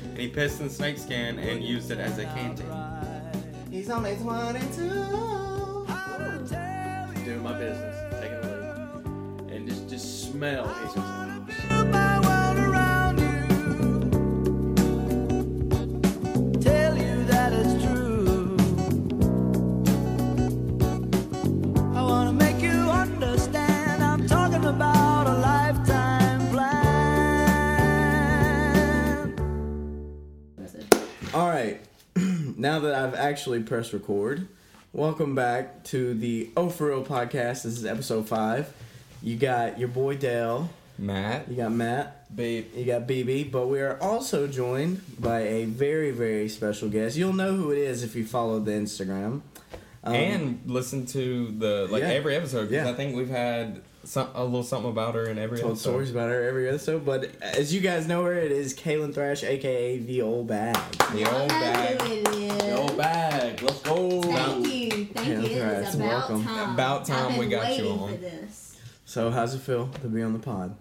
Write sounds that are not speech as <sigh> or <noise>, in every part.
distance night scan and used it as a canteen. He's only 22. Doing my business, taking a look, and just just smell. It's just like, About a lifetime plan. All right. <clears throat> now that I've actually pressed record, welcome back to the Oh For Real podcast. This is episode five. You got your boy Dale. Matt, You got Matt. babe, You got BB. But we are also joined by a very, very special guest. You'll know who it is if you follow the Instagram. Um, and listen to the like yeah. every episode because Yeah. I think we've had some, a little something about her in every told episode. stories about her every episode. But as you guys know her, it is Kaylin Thrash, aka the old bag. The old bag. Yo, bag, let's go. Thank you, thank Yeah, you. It right, was you're about welcome. time. About time I've we been got you waiting on. For this. So how's it feel to be on the pod?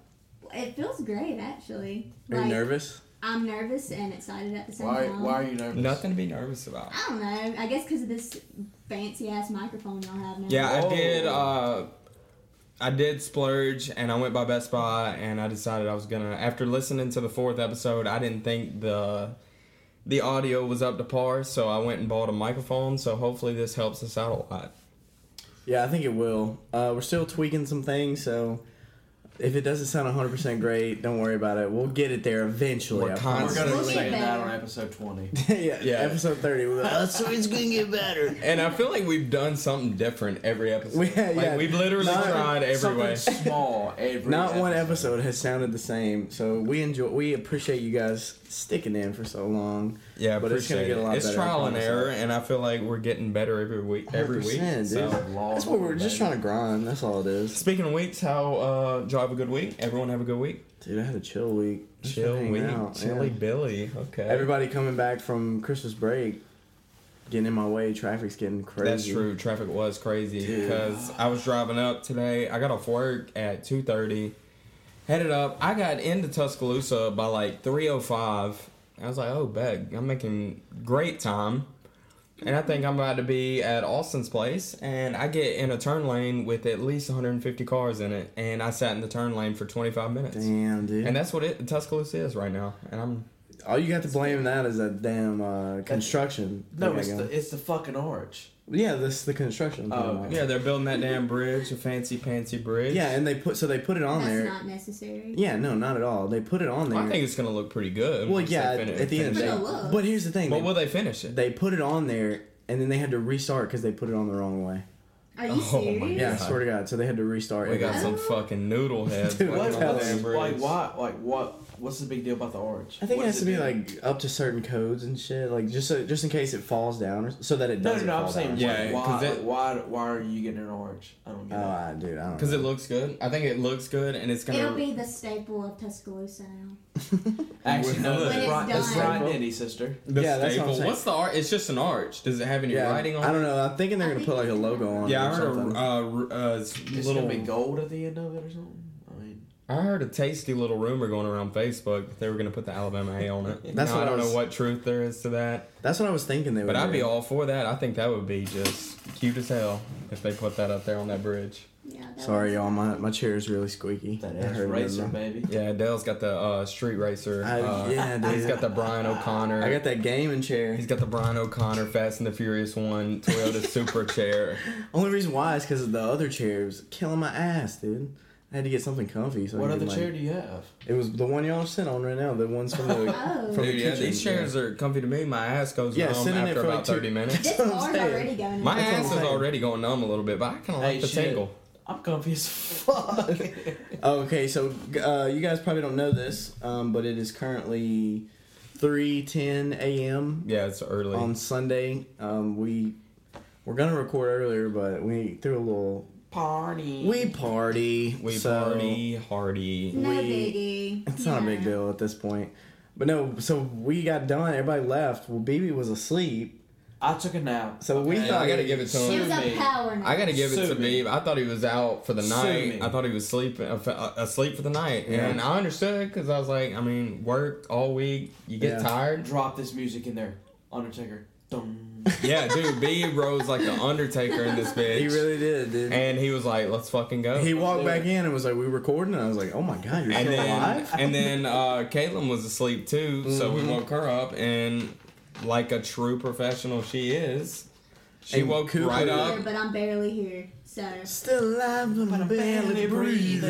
It feels great, actually. Are you Like, nervous? I'm nervous and excited at the same Why, time. why are you nervous? Nothing to be nervous about. I don't know. I guess because of this fancy ass microphone y'all have now. Yeah, Whoa. I did. Uh, I did splurge, and I went by Best Buy, and I decided I was gonna. After listening to the fourth episode, I didn't think the the audio was up to par, so I went and bought a microphone. So hopefully, this helps us out a lot. Yeah, I think it will. Uh, we're still tweaking some things, so if it doesn't sound 100% great, don't worry about it. We'll get it there eventually. We're I promise. We're gonna We'll get say that better. on episode <laughs> twenty. yeah, Yeah. episode 30. <laughs> We're like, "Oh, so it's going to get better. And I feel like we've done something different every episode. We- yeah, like, yeah. We've literally Not- tried every Something way. small every. Not one episode has sounded the same, so we enjoy. We appreciate you guys sticking in for so long. Yeah, But it's gonna appreciate get a it. lot It's better, I trial and promise error, that. and I feel like we're getting better every week. Every week. 100%, dude. So. That's what we're just trying to grind. That's all it is. Speaking of weeks, how uh, y'all have a good week? Everyone have a good week. Dude, I had a chill week. Just Chill hanging week, out, chilly yeah. Billy. Okay, Everybody coming back from Christmas break, getting in my way. Traffic's getting crazy. That's true. Traffic was crazy because I was driving up today. I got off work at two thirty, headed up. I got into Tuscaloosa by like three o five. I was like, oh, beg, I'm making great time. And I think I'm about to be at Austin's place, and I get in a turn lane with at least 150 cars in it, and I sat in the turn lane for 25 minutes. Damn, dude. And that's what it Tuscaloosa is right now. And I'm All you got to blame that is that damn uh, construction. No, thing it's I the got. it's the fucking arch. yeah, this the construction. Oh, thing. Uh, yeah, they're building that damn bridge, a fancy pantsy bridge. yeah, and they put so they put it on That's there. not necessary. yeah, no, not at all. They put it on there. I think it's gonna look pretty good. well, once they yeah, at, fin- at the end of finish the It's day. it. gonna look. But here's the thing. But They, will they finish it? they put it on there, and then they had to restart because they put it on the wrong way. Are you Oh my serious? Yeah, God. swear to God. So they had to restart. we it. got some Oh. fucking noodle <laughs> heads. Dude, working What, on Well, what's, that Amber like bridge. why? Like what? What's the big deal about the arch? I think What it has does to be do? like up to certain codes and shit, like just so, just in case it falls down, or, so that it No, no, doesn't. no. I'm fall saying down. Yeah, why? Why, 'cause it- like, why? Why are you getting an orange? I don't get Oh, it. I, dude, I don't. Because know. it looks good. I think it looks good, and it's gonna. It'll be the staple of Tuscaloosa now. <laughs> Actually, no. When That's it's Brian, that's done. Brian Denny, sister. the Yeah, that's what I'm staple. saying. What's the art? It's just an arch. Does it have any yeah, writing on? I it? don't know. I'm thinking they're I gonna think put like a it's- logo on. Yeah, it I or heard something. a uh, r- uh, it's It's little. gonna be gold at the end of it or something. I mean, I heard a tasty little rumor going around Facebook that they were gonna put the Alabama A on it. That's Now, what I I don't was- know what truth there is to that, That's what I was thinking they would. but I'd be do. all for that. I think that would be just cute as hell if they put that up there on that bridge. Yeah. that Sorry, was- y'all. My my chair is really squeaky. that I ass heard it racer, in the- baby. Yeah, Dale's got the uh, street racer. I- uh, <laughs> yeah, He's dude. got the Brian O'Connor. I got that gaming chair. He's got the Brian O'Connor Fast and the Furious one <laughs> Toyota Super chair. Only reason why is because the other chair was killing my ass, dude. I had to get something comfy. So I What could, other like- chair do you have? It was the one y'all sitting on right now. The ones from the <laughs> Oh. from Dude, the yeah, kitchen. these chairs are comfy to me. My ass goes Yeah, numb sit in it after for, like, about two- thirty <laughs> minutes. This That's what I'm bar's saying. already going. My That's what I'm ass is saying. already going numb a little bit, but I kind of like Hey, the shit. tingle. I'm comfy as <laughs> fuck. <laughs> Oh, Okay, so uh, you guys probably don't know this, um, but it is currently three ten a.m. Yeah, it's early. on Sunday. Um, we we're gonna record earlier, but we threw a little Party. we party. we so party hardy. No We- biggie. It's not a big Yeah. deal at this point. But no, so we got done. Everybody left. Well, BB was asleep. I took a nap. So we Yeah, thought I gotta give it to It him. was me. a power nap. I gotta give it Sue to me. Beeb. I thought he was out for the Sue night. me. I thought he was sleeping uh, asleep for the night, Yeah. and I understood because I was like, I mean, work all week, you get Yeah. tired. Drop this music in there, Undertaker. Dum. <laughs> Yeah, dude, Beeb rose like the Undertaker in <laughs> this bitch, He really did, dude. and he was like, "Let's fucking go." he walked back in and was like, "We recording?" And I was like, "Oh my god, you're Oh, <laughs> and still then alive!" and then uh, Caitlin was asleep too, so Mm-hmm. we woke her up, and like a true professional she is, she And woke Cooper- right Here, up. but I'm barely here. So Still alive, but I'm barely breathing.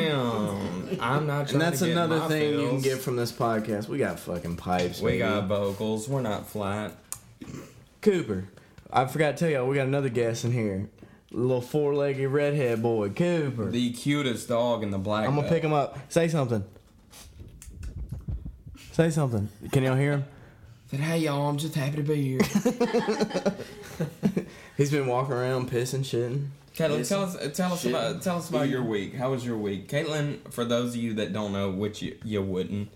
Damn, I'm not. Trying And that's to get another my thing you can feels. get from this podcast. We got fucking pipes. We baby. got vocals. We're not flat. Cooper. I forgot to tell y'all, we got another guest in here. Little four-legged redhead boy, Cooper. The cutest dog in the black. I'm gonna pick him up. Say something. Say something. Can y'all hear him? Said, hey y'all, I'm just happy to be here. He's been walking around pissing, shitting. Caitlin, tell us, tell us Shit. about, tell us about your week. How was your week, Caitlin? For those of you that don't know, which you, you wouldn't,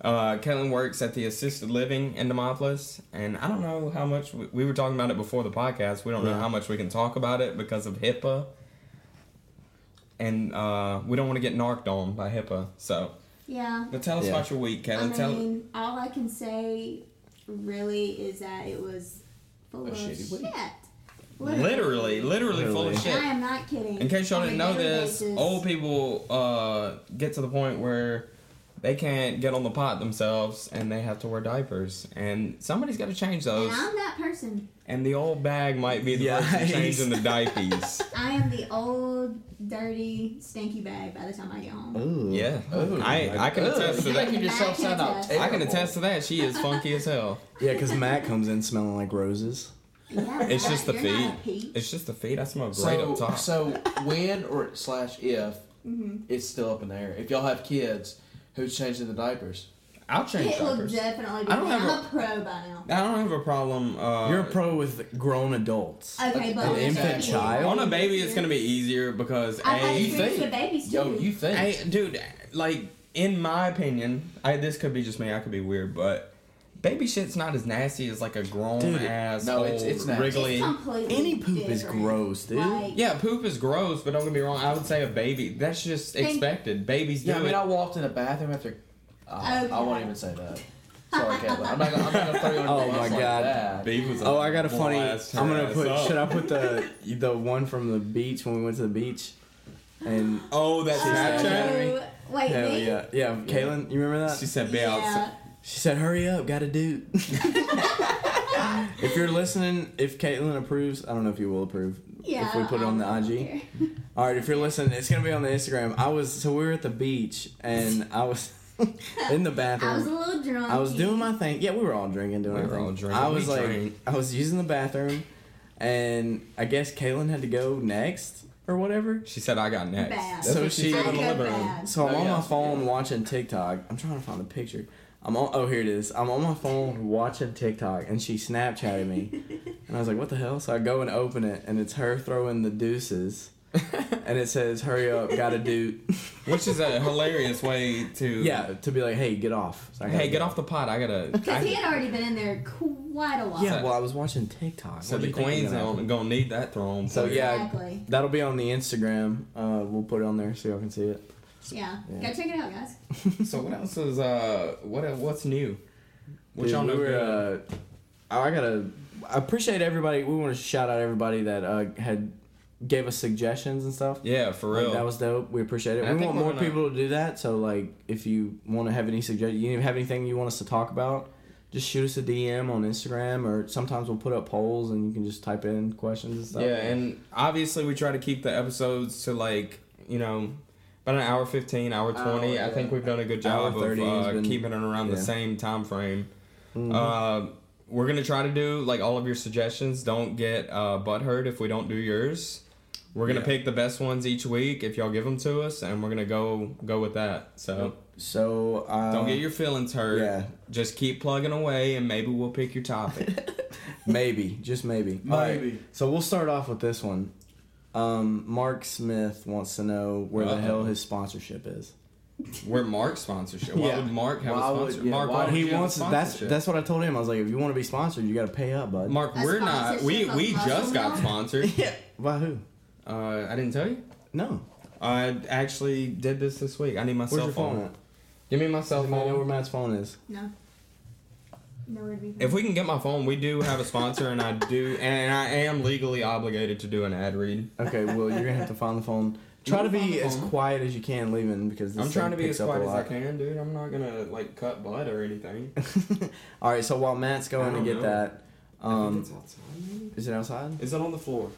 uh, Caitlin works at the assisted living in Demopolis, and I don't know how much we, we were talking about it before the podcast. We don't know Yeah. how much we can talk about it because of HIPAA, and uh, we don't want to get narked on by HIPAA. So, yeah. but tell us Yeah. about your week, Caitlin. I tell mean, all I can say really is that it was full A of shitty shit. week. literally, literally, full of shit. Literally. And I am not kidding. In case y'all On a didn't know daily this, basis. old people uh, get to the point where they can't get on the pot themselves and they have to wear diapers. And somebody's got to change And those. I'm that person. And the old bag might be the person Yikes. changing the <laughs> diapers. I am the old, dirty, stinky bag by the time I get home. Ooh. yeah. Oh, I, I can my attest to You're that. making yourself sound out I can terrible. attest to that. She is funky as hell. Yeah, because Matt comes in smelling like roses. Yeah, It's just the you're not a feet. peach. It's just the feet. I smell great So, up top. so when or slash if Mm-hmm. it's still up in the air. If y'all have kids, who's changing the diapers? I'll change It will diapers. definitely be. I don't me. have I'm a, pro by now. I don't have a problem. Uh, You're a pro with grown adults. Okay, but an with infant babies, child? on a baby, it's gonna be easier because I a had you experience think- with babies too. Yo, you think? Hey, dude, like in my opinion, I this could be just me. I could be weird, but baby shit's not as nasty as like a grown Dude, ass. no, it's- old it's nasty. wriggly. It's completely Any poop is different. gross, dude. Like, Yeah, poop is gross, but don't get me wrong. I would say a baby. That's just Think- expected. Babies do yeah, I mean, it. I walked in the bathroom after. Uh, I won't even say that. Sorry, Caitlin. I'm not gonna, I'm not gonna throw you under Oh the bus my like God. that. Babe was Oh, I got a bull funny. I'm ass to gonna ass put. up. Should I <laughs> put the the one from the beach when we went to the beach? And Oh, that Snapchat. Ew. Wait, hell me? yeah, yeah, Kaylin, you remember that? She said, "Be Yeah. outside." She said, "Hurry up, got to do." <laughs> if you're listening, if Caitlin approves, I don't know if you will approve. Yeah. If we put it on the I don't IG. care. All right, if you're listening, it's gonna be on the Instagram. I was so we were at the beach and I was <laughs> in the bathroom. <laughs> I was a little drunk. I was doing my thing. Yeah, we were all drinking, doing We our were thing. all drinking. I We was like, drank. I was using the bathroom, and I guess Kaylin had to go next or whatever. She said, "I got next." Bad. That's So what she, she- said in the I got living room. bad. So I'm Oh, on yeah. my phone watching TikTok. I'm trying to find a picture. I'm on. Oh, here it is. I'm on my phone watching TikTok, and she Snapchatted me, <laughs> and I was like, "What the hell?" So I go and open it, and it's her throwing the deuces, and it says, "Hurry up, gotta do." <laughs> Which is a hilarious way to yeah, to be like, "Hey, get off." So I gotta Hey, get off the pot. I <laughs> gotta. I- Because he had already been in there quite a while. Yeah, well, I was watching TikTok. So What do the you think was queen's gonna happen? gonna, gonna need that throne. So for- yeah, Exactly. that'll be on the Instagram. Uh, we'll put it on there so y'all can see it. Yeah. Yeah. Go check it out, guys. So <laughs> what else is uh what el- what's new? What Dude, y'all know? we were, good? uh, oh, I gotta. I appreciate everybody. We want to shout out everybody that uh, had gave us suggestions and stuff. yeah, for Like, real. that was dope. We appreciate it. And I we think want we're more gonna- people to do that. So like, if you want to have any suggestions, you have anything you want us to talk about, just shoot us a DM on Instagram, or sometimes we'll put up polls and you can just type in questions and stuff. yeah, and obviously we try to keep the episodes to like you know about an hour fifteen, hour twenty. Hour, I think yeah. we've done a good Hour job 30 of has uh, been- keeping it around yeah. Mm-hmm. the same time frame. Uh, we're gonna try to do like all of your suggestions. Don't get uh, butthurt if we don't do yours. We're gonna Yeah. pick the best ones each week if y'all give them to us, and we're gonna go go with that. So so uh, don't get your feelings hurt. yeah. Just keep plugging away, and maybe we'll pick your topic. <laughs> Maybe, just maybe. All right, Maybe. So we'll start off with this one. Um, Mark Smith wants to know where the Uh-oh. hell his sponsorship is. We're Mark's sponsorship. Why Yeah. would Mark have Why a would- sponsor? yeah, Mark, why why would would He you have a wants that's sponsorship? that's what I told him. I was like, if you want to be sponsored, you got to pay up, bud. Mark, A we're not. We sponsorship we of just got Muscle <laughs> sponsored. Yeah. By who? Uh, I didn't tell you. No. I actually did this this week. I need my Where's cell your phone, phone. at? Give me my cell Does anybody know where phone. Matt's phone is? No. No would be. If we can get my phone, we do have a sponsor, and I do, and I am legally obligated to do an ad read. Okay, well, you're gonna have to find the phone. You Try to can find be the as phone. quiet as you can leaving because this I'm trying to thing be picks as up quiet a as I lot. can, dude. I'm not gonna like cut blood or anything. <laughs> All right, so while Matt's going to don't get know. that, um, it's outside, maybe? is it outside? Is it on the floor?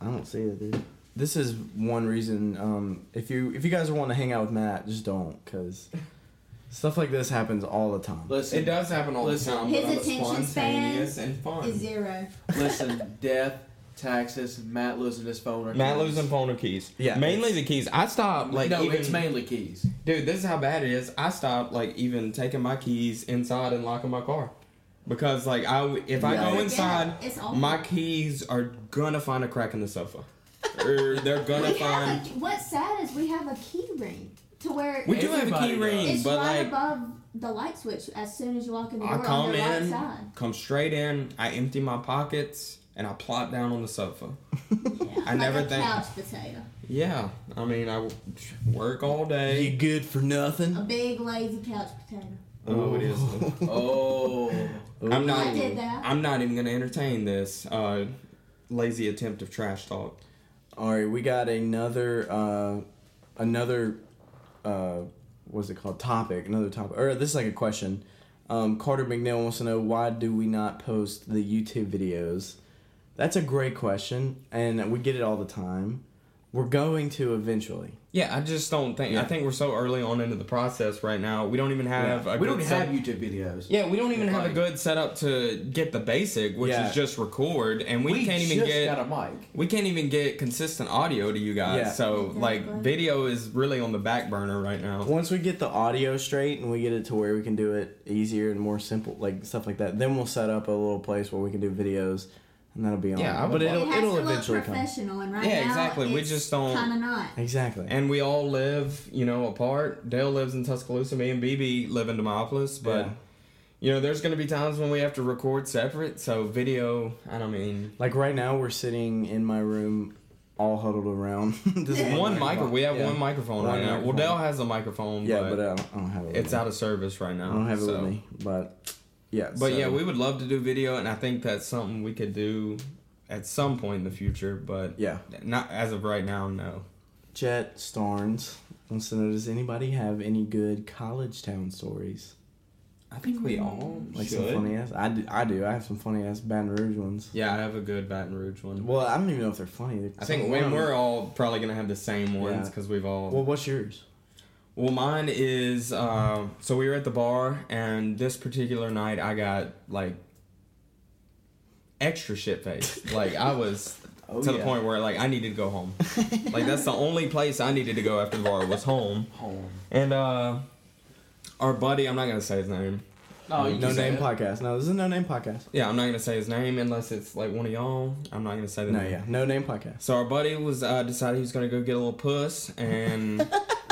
I don't see it, dude. This is one reason. Um, if you if you guys want to hang out with Matt, just don't, cause stuff like this happens all the time. Listen, It does happen all Listen. the time. His but I'm attention span spontaneous and fun. Is zero. listen, death, taxes, Matt losing his phone. Or Matt keys. losing phone or keys. Yeah. mainly the keys. I stopped like no, even it's mainly keys. dude. This is how bad it is. I stopped like even taking my keys inside and locking my car because like I w- if I Yeah. go Yeah, inside, it's awful. my keys are gonna find a crack in the sofa, <laughs> or they're gonna We have find. a, what's sad is we have a key ring to where We do have a Everybody key does. ring, it's but right like above the light switch as soon as you walk in the door I come on the right in, side. come straight in, I empty my pockets, and I plop down on the sofa. Yeah. I never like a think- couch potato. Yeah, I mean I w- work all day. good for nothing? A big lazy couch potato. Oh, it is. Oh, I'm not. I did that. I'm not even gonna entertain this uh, lazy attempt of trash talk. All right, we got another uh, another uh, what's it called? Topic, another topic, or this is like a question. Um, Carter McNeil wants to know why do we not post the YouTube videos? That's a great question, and we get it all the time. We're going to eventually. Yeah, I just don't think. I Yeah. think we're so early on into the process right now. We don't even have. A we good don't set- have YouTube videos. Yeah, we don't even have a Like- good setup to get the basic, which Yeah. is just record, and we, we can't even just get. got a mic. we can't even get consistent audio to you guys. Yeah. So like, Exactly. video is really on the back burner right now. Once we get the audio straight and we get it to where we can do it easier and more simple, like stuff like that, then we'll set up a little place where we can do videos, and that'll be on. Yeah, I would but love- It it'll has it'll to look eventually come. professional, and right Yeah, now exactly. We it's just don't- Kind <laughs> of not. Exactly. And we all live, you know, apart. Dale lives in Tuscaloosa. Me and BB live in Demopolis, but. Yeah. You know, there's going to be times when we have to record separate, so video, I don't mean. Like right now, we're sitting in my room, all huddled around. <laughs> this One micro, we have Yeah. one microphone One right now. Well, microphone. Dale has a microphone, Yeah, but, but uh, I don't, I don't have it. with it's me. out of service right now. I don't have it so. with me, but yeah. But so- yeah, we would love to do video, and I think that's something we could do at some point in the future, but yeah. not as of right now, no. Jet Starnes wants to know: Does anybody have any good college town stories? I think we all Like some funny ass. I do. I do. I have some funny ass Baton Rouge ones. Yeah, I have a good Baton Rouge one. Well, I don't even know if they're funny. They're- I think some when of them- we're all probably going to have the same ones Yeah. because we've all. Well, what's yours? Well, mine is uh, so we were at the bar, and this particular night I got like extra shit faced. <laughs> Like I was Oh, to the yeah. point where like I needed to go home. like that's the only place I needed to go after the bar was home. Home. And uh, our buddy, I'm not gonna say his name. No, you No can say name it. podcast. No, this is a no name podcast. Yeah, I'm not gonna say his name unless it's like one of y'all. I'm not gonna say the No, name. yeah, no name podcast. So our buddy was uh, decided he was gonna go get a little puss, and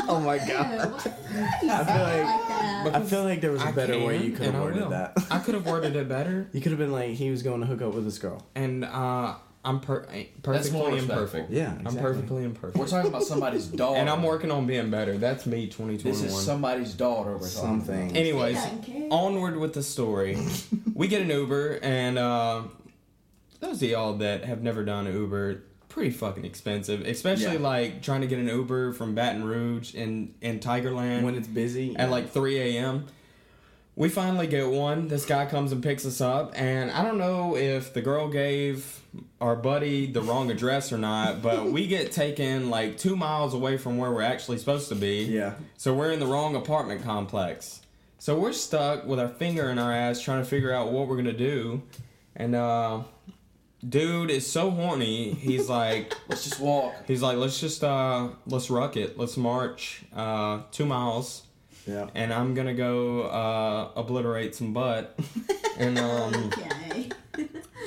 Oh <laughs> my Ew, what- you I sound feel like that. I feel like there was a I better way can you could and I have worded will. that. <laughs> I could have worded it better. You could have been like, he was going to hook up with this girl. and uh, I'm per- more perfectly respectful. imperfect. Yeah, I'm exactly. perfectly We're imperfect. talking about somebody's daughter. <laughs> And I'm working on being better. That's me, 2021. This is somebody's daughter. We're Oh, Something. Talking Anyways, He doesn't care. onward with the <laughs> story. we get an Uber, and uh, those of y'all that have never done an Uber, pretty fucking expensive. Especially Yeah. like trying to get an Uber from Baton Rouge in in Tigerland When it's busy. at like 3 a.m. We finally get one. This guy comes and picks us up, and I don't know if the girl gave our buddy the wrong address or not, but we get taken like two miles away from where we're actually supposed to be. Yeah. So we're in the wrong apartment complex. So we're stuck with our finger in our ass trying to figure out what we're gonna do, and uh, dude is so horny. He's like. Let's just walk. He's like, let's just uh let's ruck it. Let's march uh two miles Yeah. and I'm gonna go uh, obliterate some butt. and um, Okay.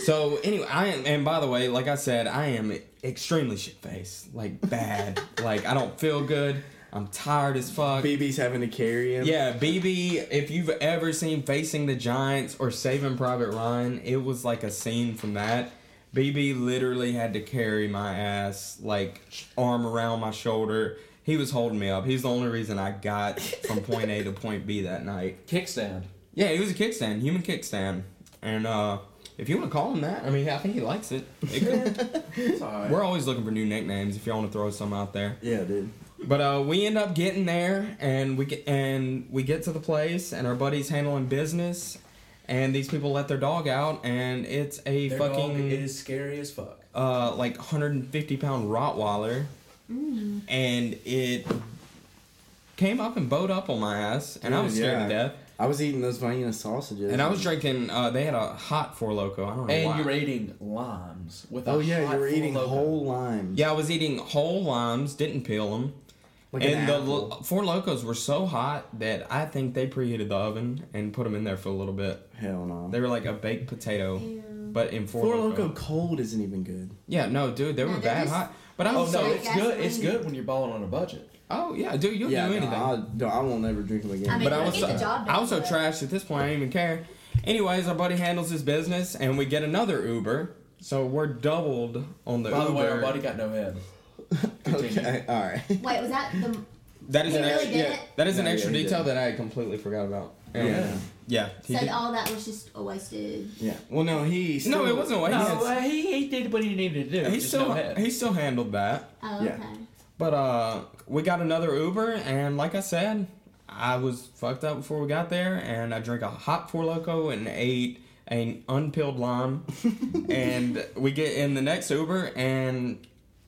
so anyway, I am. And by the way, like I said, I am extremely shit faced, like bad. like I don't feel good. I'm tired as fuck. BB's having to carry him. Yeah, BB, if you've ever seen Facing the Giants or Saving Private Ryan, it was like a scene from that. BB literally had to carry my ass, like arm around my shoulder. He was holding me up. He's the only reason I got from point A to point B that night. Kickstand. Yeah, he was a kickstand, human kickstand. And uh if you want to call him that, I mean, I think he likes it. It could- <laughs> It's alright. We're always looking for new nicknames if y'all want to throw some out there. Yeah, dude. But uh, we end up getting there, and we get and we get to the place, and our buddy's handling business, and these people let their dog out, and it's a Their dog fucking is scary as fuck. uh, like 150 pound Rottweiler, Mm. and it came up and bowed up on my ass, and I Dude, was scared to yeah. death. I was eating those Vienna sausages. And I was drinking. Uh, they had a hot Four Loco. I don't know And why. you're eating limes with. Oh a yeah, hot you were full eating loco. whole limes. yeah, I was eating whole limes. Didn't peel them. Like and an the apple. lo- Four Locos were so hot that I think they preheated the oven and put them in there for a little bit. Hell no. They were like a baked potato, Ew. but in Four, Four Loko. Loco cold isn't even good. Yeah, no, dude, they No, were they're bad just- hot. But I Oh was no, so. Sorry, it's good. It's gasoline. good when you're balling on a budget. Oh yeah, dude, you'll yeah, do no, anything. I, no, I won't ever drink them again. I mean, but I We'll was, get the so, job I done, was so but- trashed at this point. I didn't even care. Anyways, our buddy handles his business, and we get another Uber. So we're doubled on the By Uber. the way, our buddy got <laughs> no head. Continue. okay, all right. <laughs> Wait, was that the? that is He an really ex- did yeah, it? that is an No, yeah, extra he detail did. that I completely forgot about. And- Yeah. yeah. he So did- all that was just a wasted. Yeah. Well, no, he. No, Still, it wasn't what No, he uh, he, he did what he needed to do. had. He just still no head. he still handled that. Oh, Yeah. okay. But uh, we got another Uber, and like I said, I was fucked up before we got there, and I drank a hot Four Loco and ate an unpeeled lime, and we get in the next Uber, and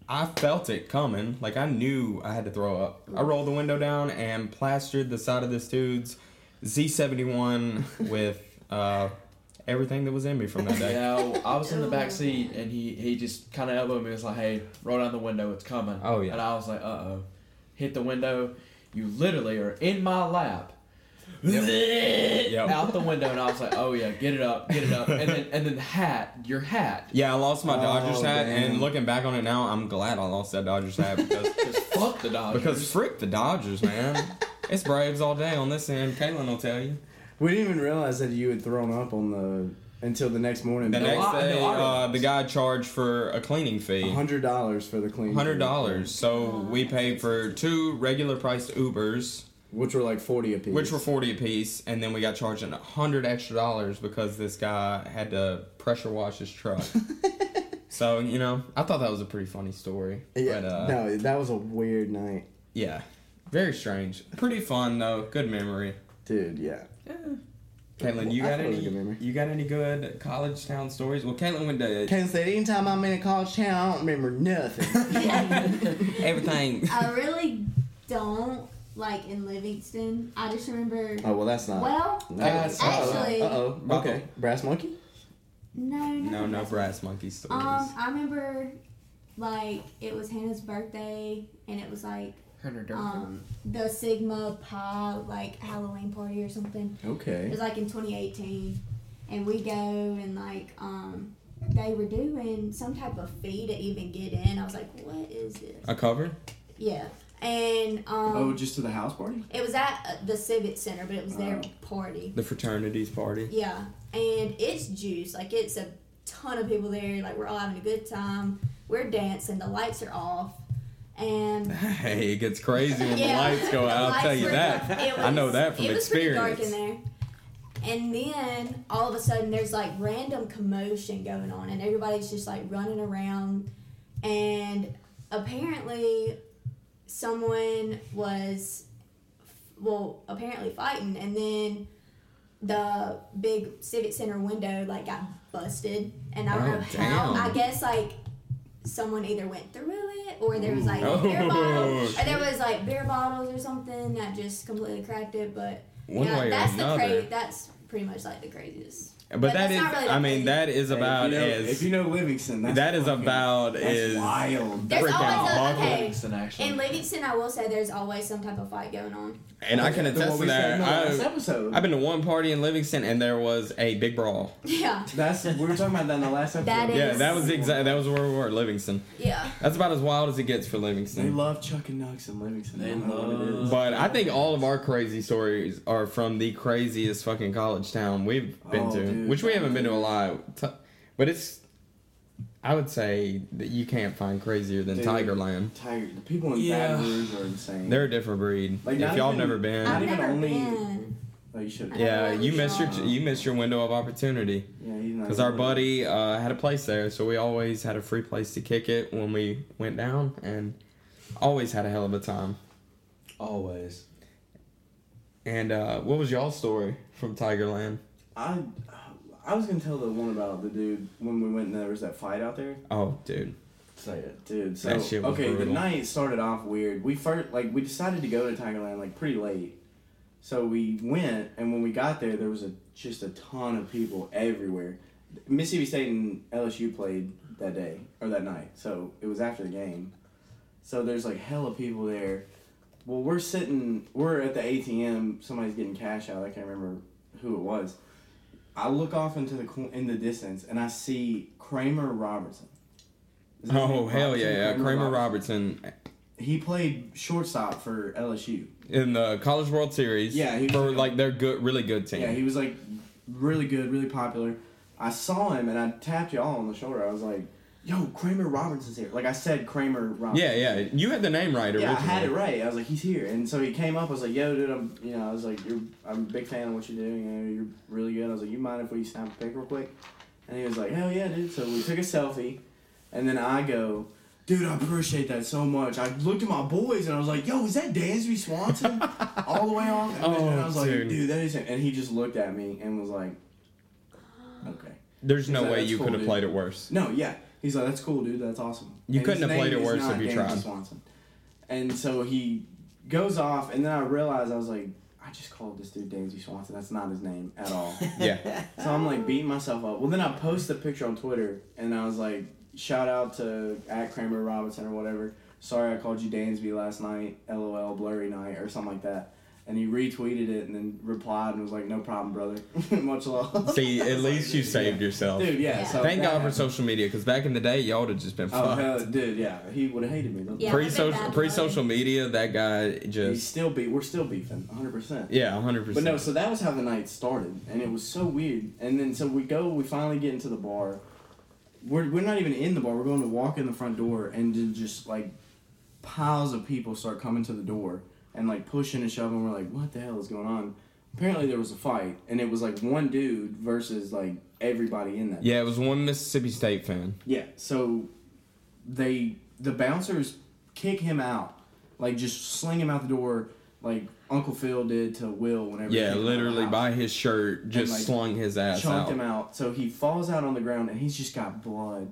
I felt it coming. Like I knew I had to throw up. I rolled the window down and plastered the side of this dude's Z71 with uh, everything that was in me from that day. <laughs> Yeah, I was in <laughs> the back seat and he, he just kind of elbowed me. He was like, hey, roll down the window, it's coming. Oh, yeah. And I was like, uh oh. Hit the window. You literally are in my lap. <laughs> Yep. Out the window, and I was like, "Oh yeah, get it up, get it up," and then and then the hat, your hat, Yeah, I lost my Dodgers hat, damn. and looking back on it now, I'm glad I lost that Dodgers hat because <laughs> just fuck the Dodgers. Because frick the Dodgers, <laughs> man. it's Braves all day on this end. Kalen will tell you. We didn't even realize that you had thrown up on the until the next morning. The No, next I- day, no, uh, I realized. the guy charged for a cleaning fee. hundred dollars for the clean. Hundred dollars. So we paid for two regular priced Ubers, which were like forty apiece. which <laughs> were forty apiece, and then we got charged a hundred extra dollars because this guy had to pressure wash his <laughs> truck. so you know, I thought that was a pretty funny story. yeah. But, uh, no, that was a weird night, Yeah. Very strange. Pretty fun though. Good memory. dude. Yeah. Caitlin, you I got thought it was any? a good memory. You got any good college town stories? Well, Caitlin went to Can't say anytime I'm in a college town, I don't remember <laughs> nothing. <laughs> everything. I really don't like in Livingston. I just remember. <laughs> oh well, that's not. Well, no. That's- actually- Uh oh. Okay. Brass monkey. no, No, no brass monkey stories. Um, I remember, like, it was Hannah's birthday, and it was like um the Sigma Pi like Halloween party or something. It Okay. was like in 2018, and we go and like um they were doing some type of fee to even get in. I was like, what is this? a cover. Yeah, and um Oh, just to the house party. it was at uh, the Civic Center, but it was their Oh. party. The fraternities party. Yeah, and it's juice. Like it's a ton of people there. Like we're all having a good time. We're dancing. The lights are off, and <laughs> Hey, it gets crazy when Yeah. the lights go The out. I'll lights tell you were that. dark. It I know was- that from it was pretty experience. dark in there. And then all of a sudden, there's like random commotion going on, and everybody's just like running around. And apparently, someone was, well, apparently fighting, and then the big civic center window like got busted, and I don't Oh, know how. damn. I guess like someone either went through it or there was like a beer Oh, bottles, or shit. there was like beer bottles or something that just completely cracked it. But One yeah, way or that's the another. cra- That's pretty much like the craziest. But, But that that's is. not really I mean, crazy. that is about if you know, as. if you know Livingston, that's that is fucking- about that's as. wild. There's Freaking always a, awkward. okay. Livingston, actually. In Livingston, I will say there's always some type of fight going on. <laughs> and I can The one attest to we said that. in the last I, episode. I've been to one party in Livingston, and there was a big brawl. Yeah. That's we were talking about that in the last episode. That is- Yeah, that was exactly that was where we were, Livingston. Yeah. That's about as wild as it gets for They Livingston. love Chuck and Knox and Livingston. They I don't know what it love- is. But I think all of our crazy stories are from the craziest fucking college town we've been Oh, to, dude. which we haven't been to a lot. T- But it's, I would say that you can't find crazier than Dude. Tigerland. Tiger, the people in Yeah. Baton Rouge are insane. They're a different breed. Like, if not y'all even- never been, not I've even never only- been. oh, you should. Yeah, yeah, you missed your Wow. you missed your window of opportunity. yeah, he's not Because our good. buddy uh, had a place there, so we always had a free place to kick it when we went down, and always had a hell of a time. Always. And uh, what was y'all's story from Tigerland? I, I was gonna tell the one about the dude when we went and there was that fight out there. Oh, dude. Say it. Dude, so That shit was okay, the brutal. night started off weird. We first like we decided to go to Tigerland like pretty late, so we went, and when we got there, there was a just a ton of people everywhere. Mississippi State and LSU played that day or that night, so it was after the game. So there's like hella people there. Well, we're sitting, we're at the ATM. Somebody's getting cash out. I can't remember who it was. I look off into the cor- in the distance and I see Kramer Robertson. Is that his Oh, name? hell Robertson? yeah. Kramer Robertson He played shortstop for LSU. in the College World Series. Yeah, he was- For, like, their good, really good team. Yeah, he was like really good, really popular. I saw him and I tapped y'all on the shoulder. I was like, "Yo, Kramer Robertson's here!" Like I said, Kramer Robertson. yeah, yeah. You had the name right originally. Yeah, I had it right. I was like, he's here, and so he came up. I was like, yo, dude, I'm, you know, I was like, you're, I'm a big fan of what you're doing. You know, you're really good. I was like, you mind if we snap a pic real quick? And he was like, hell yeah, dude. So we took a selfie, and then I go, dude, I appreciate that so much. I looked at my boys, and I was like, yo, is that <laughs> Dansby Swanson all the way on? And, Oh, I was like, dude. dude. that is him. And he just looked at me and was like, okay. There's no Yeah, way that's you cool, could have dude. played it <laughs> worse. No, yeah. He's like, that's cool, dude. That's awesome. You And couldn't his have played name it is worse not if you Dansby tried. Swanson. And so he goes off, and then I realized I was like, I just called this dude Dansby Swanson. That's not his name at all. Yeah. so I'm like beating myself up. Well, then I post the picture on Twitter, and I was like, shout out to at Kramer Robinson or whatever. Sorry I called you Dansby last night. LOL, blurry night or something like that. And he retweeted it and then replied and was like, no problem, brother. <laughs> Much love. <laughs> See, at least you saved yourself. Dude, yeah. Yeah. So Thank that God for happened. social media, because back in the day, y'all would have just been Oh fucked. hell, dude, yeah, he would have hated me. Though. Yeah. pre I've social been bad pre social blood. media, that guy He's just still be we're still beefing, hundred percent. yeah, hundred But percent. no, so that was how the night started, and it was so weird. And then so we go, we finally get into the bar. We're we're not even in the bar. We're going to walk in the front door, and then just like piles of people start coming to the door and like pushing and shoving. We're like, what the hell is going on? Apparently there was a fight, and it was like one dude versus like everybody in that. yeah, it was one Mississippi State fan. Yeah, so they the bouncers kick him out, like just sling him out the door, like Uncle Phil did to Will whenever. he Yeah, came out of literally the by house. his shirt, just like, slung his ass chunked out. him out. So he falls out on the ground and he's just got blood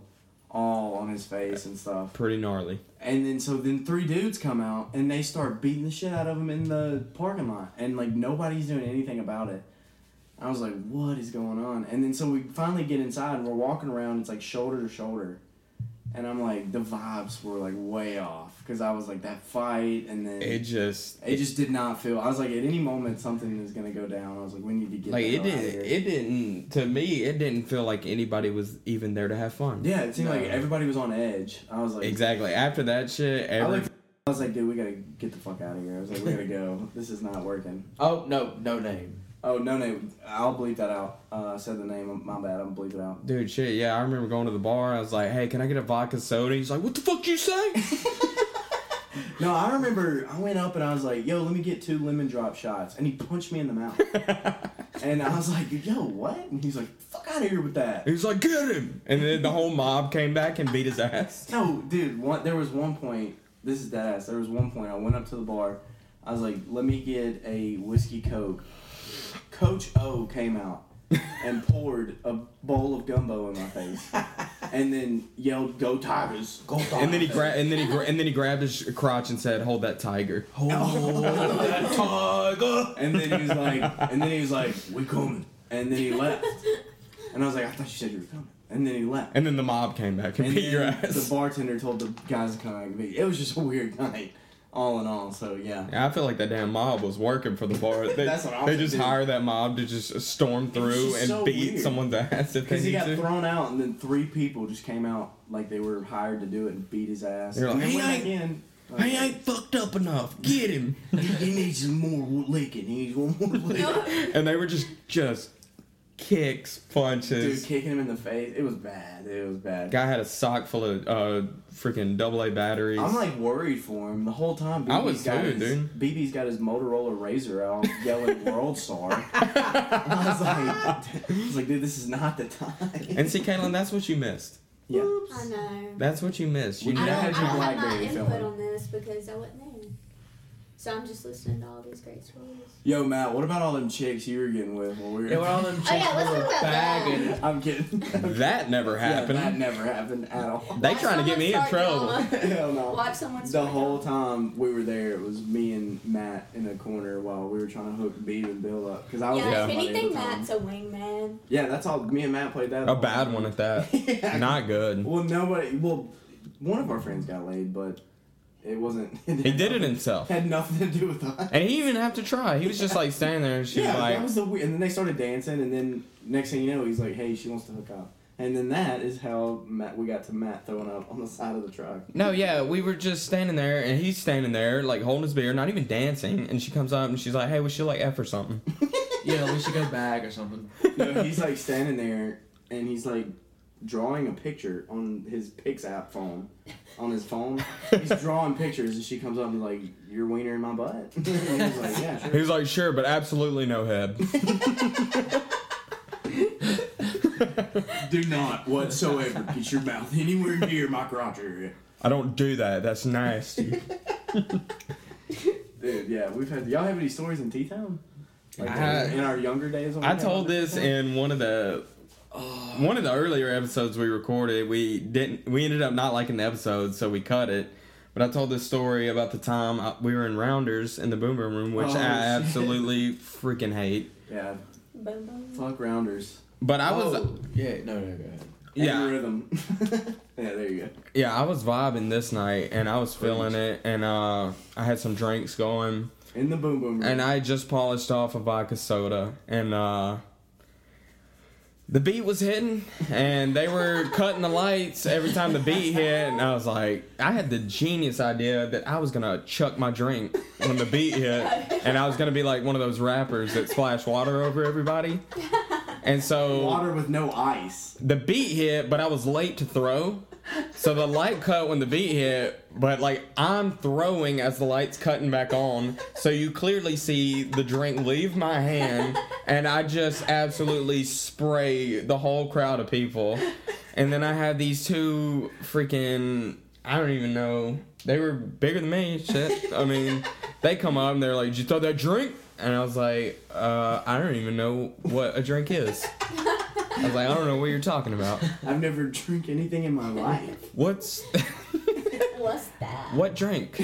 all on his face and stuff. Pretty gnarly. And then so then three dudes come out and they start beating the shit out of him in the parking lot and like nobody's doing anything about it. I was like, what is going on? And then so we finally get inside and we're walking around. It's like shoulder to shoulder, and I'm like, the vibes were like way off because I was like that fight and then. It It just just did not feel. I was like, at any moment something is gonna go down. I was like, we need to get like the it hell outta didn't here. it didn't to me it didn't feel like anybody was even there to have fun. Yeah, it seemed like No. everybody was on edge. I was like, Exactly. After that shit, I, every looked- I was like, dude, we gotta get the fuck out of here. I was like, we gotta go. This is not working. Oh no, no name. <laughs> Oh no, no, I'll bleep that out. Uh, I said the name. My bad. I'll bleep it out. dude shit, yeah, I remember going to the bar, I was like, Hey, can I get a vodka soda? He's like, What the fuck you <laughs> say? No, I remember I went up and I was like, yo, let me get two lemon drop shots, and he punched me in the <laughs> mouth. and I was like, yo, what? And he's like, fuck out of here with that. He's like, Get him And then the whole mob came back and beat his ass. No, dude. One, there was one point. This is dead ass. There was one point. I went up to the bar. I was like, "Let me get a whiskey coke." Coach O came out <laughs> and poured a bowl of gumbo in my face, and then yelled, "Go Tigers!" Go Tigers! And then he gra- and then he gra- and then he grabbed his crotch and said, Hold that tiger. And then he <laughs> was like, and then he was like, "We coming?" And then he left. And I was like, "I thought you said you were coming." And then he left. And then the mob came back and, And beat your then ass. the bartender told the guys to come out and beat. It was just a weird night. all in all. So yeah. Yeah, I feel like that damn mob was working for the bar. They, <laughs> That's what I they was just thinking. hired that mob to just storm through just and so beat weird. someone's ass if they Because he need got to. thrown out, and then three people just came out like they were hired to do it and beat his ass. They're And like, they "He went back ain't- in. he ain't fucked up enough. Get him. <laughs> He needs some more licking. He needs one more <laughs> licking. and they were just just kicks, punches. Dude, kicking him in the face. It was bad. It was bad. Guy had a sock full of uh, freaking double A batteries. I'm like worried for him the whole time. BB's I was got too, his, dude. BB's got his Motorola Razor out, <laughs> yelling "World Star." I was like, I was like, dude, this is not the time. and see, Caitlin, that's what you missed. Yeah. I know. That's what you missed. You We I Now know. don't, I had your don't have my Blackberry input filling. on this because I wasn't there. So I'm just listening to all these great stories. Yo, Matt, what about all them chicks you were getting with when we were? <laughs> Yeah, well, all them chicks Oh, yeah, let's were talk about bagging. that. I'm kidding. That never yeah, happened. that never happened <laughs> at all. <laughs> they Watch trying to get someone me in start trouble. drama. <laughs> Hell no. Watch someone The start whole drama. time we were there, it was me and Matt in a corner while we were trying to hook Beeb and Bill up because I was Yeah. Yeah, if somebody at the anything, time. Matt's a wingman. Yeah, that's all. Me and Matt played that. A bad one at that. <laughs> Yeah. Not good. Well, nobody. Well, one of our friends got laid, but it wasn't. <laughs> It He did it himself. Had nothing to do with us. And he didn't have to try. He was just like standing there and she's yeah, like, that was the weird. And then they started dancing, and then next thing you know, he's like, "Hey, she wants to hook up." And then that is how Matt. We got to Matt throwing up on the side of the truck. <laughs> No, yeah, we were just standing there, and he's standing there, like holding his beer, not even dancing. And she comes up and she's like, "Hey, we should like f or something." Yeah, we should go bag <laughs> or something. No, he's like standing there, and he's like drawing a picture on his Pix app phone. On his phone, <laughs> he's drawing pictures, and she comes up and is like, "Your wiener in my butt." <laughs> and he's like, "Yeah, sure." He was like, "Sure, but absolutely no <laughs> head." Do not whatsoever get <laughs> your mouth anywhere near my crotch area. I don't do that. That's nasty. Dude, yeah, we've had. Y'all have any stories in T Town? Like I- in our younger days. when we I had told other this stuff? in one of the one of the earlier episodes we recorded. We didn't. We ended up not liking the episode, so we cut it. But I told this story about the time I, we were in Rounders in the Boom Boom Room, which Oh, I shit. absolutely freaking hate. Yeah, Boom, boom. fuck rounders. But I was. Oh, yeah, no, no, go ahead. Yeah. Every rhythm. <laughs> yeah, there you go. Yeah, I was vibing this night and I was feeling it and uh I had some drinks going In the boom boom. room. and I just polished off a vodka soda and uh the beat was hitting and they were cutting the lights every time the beat hit and I was like I had the genius idea that I was going to chuck my drink when the beat hit and I was going to be like one of those rappers that splash water over everybody. And so Water with no ice. the beat hit, but I was late to throw. So the light cut when the beat hit, but like I'm throwing as the light's cutting back on. So you clearly see the drink leave my hand, and I just absolutely spray the whole crowd of people. And then I had these two freaking I don't even know. They were bigger than me. Shit. I mean, they come up and they're like, "Did you throw that drink?" And I was like, uh, "I don't even know what a drink is." I was like, I don't know what you're talking about. I've never drank anything in my life. What's <laughs> What's that? what drink?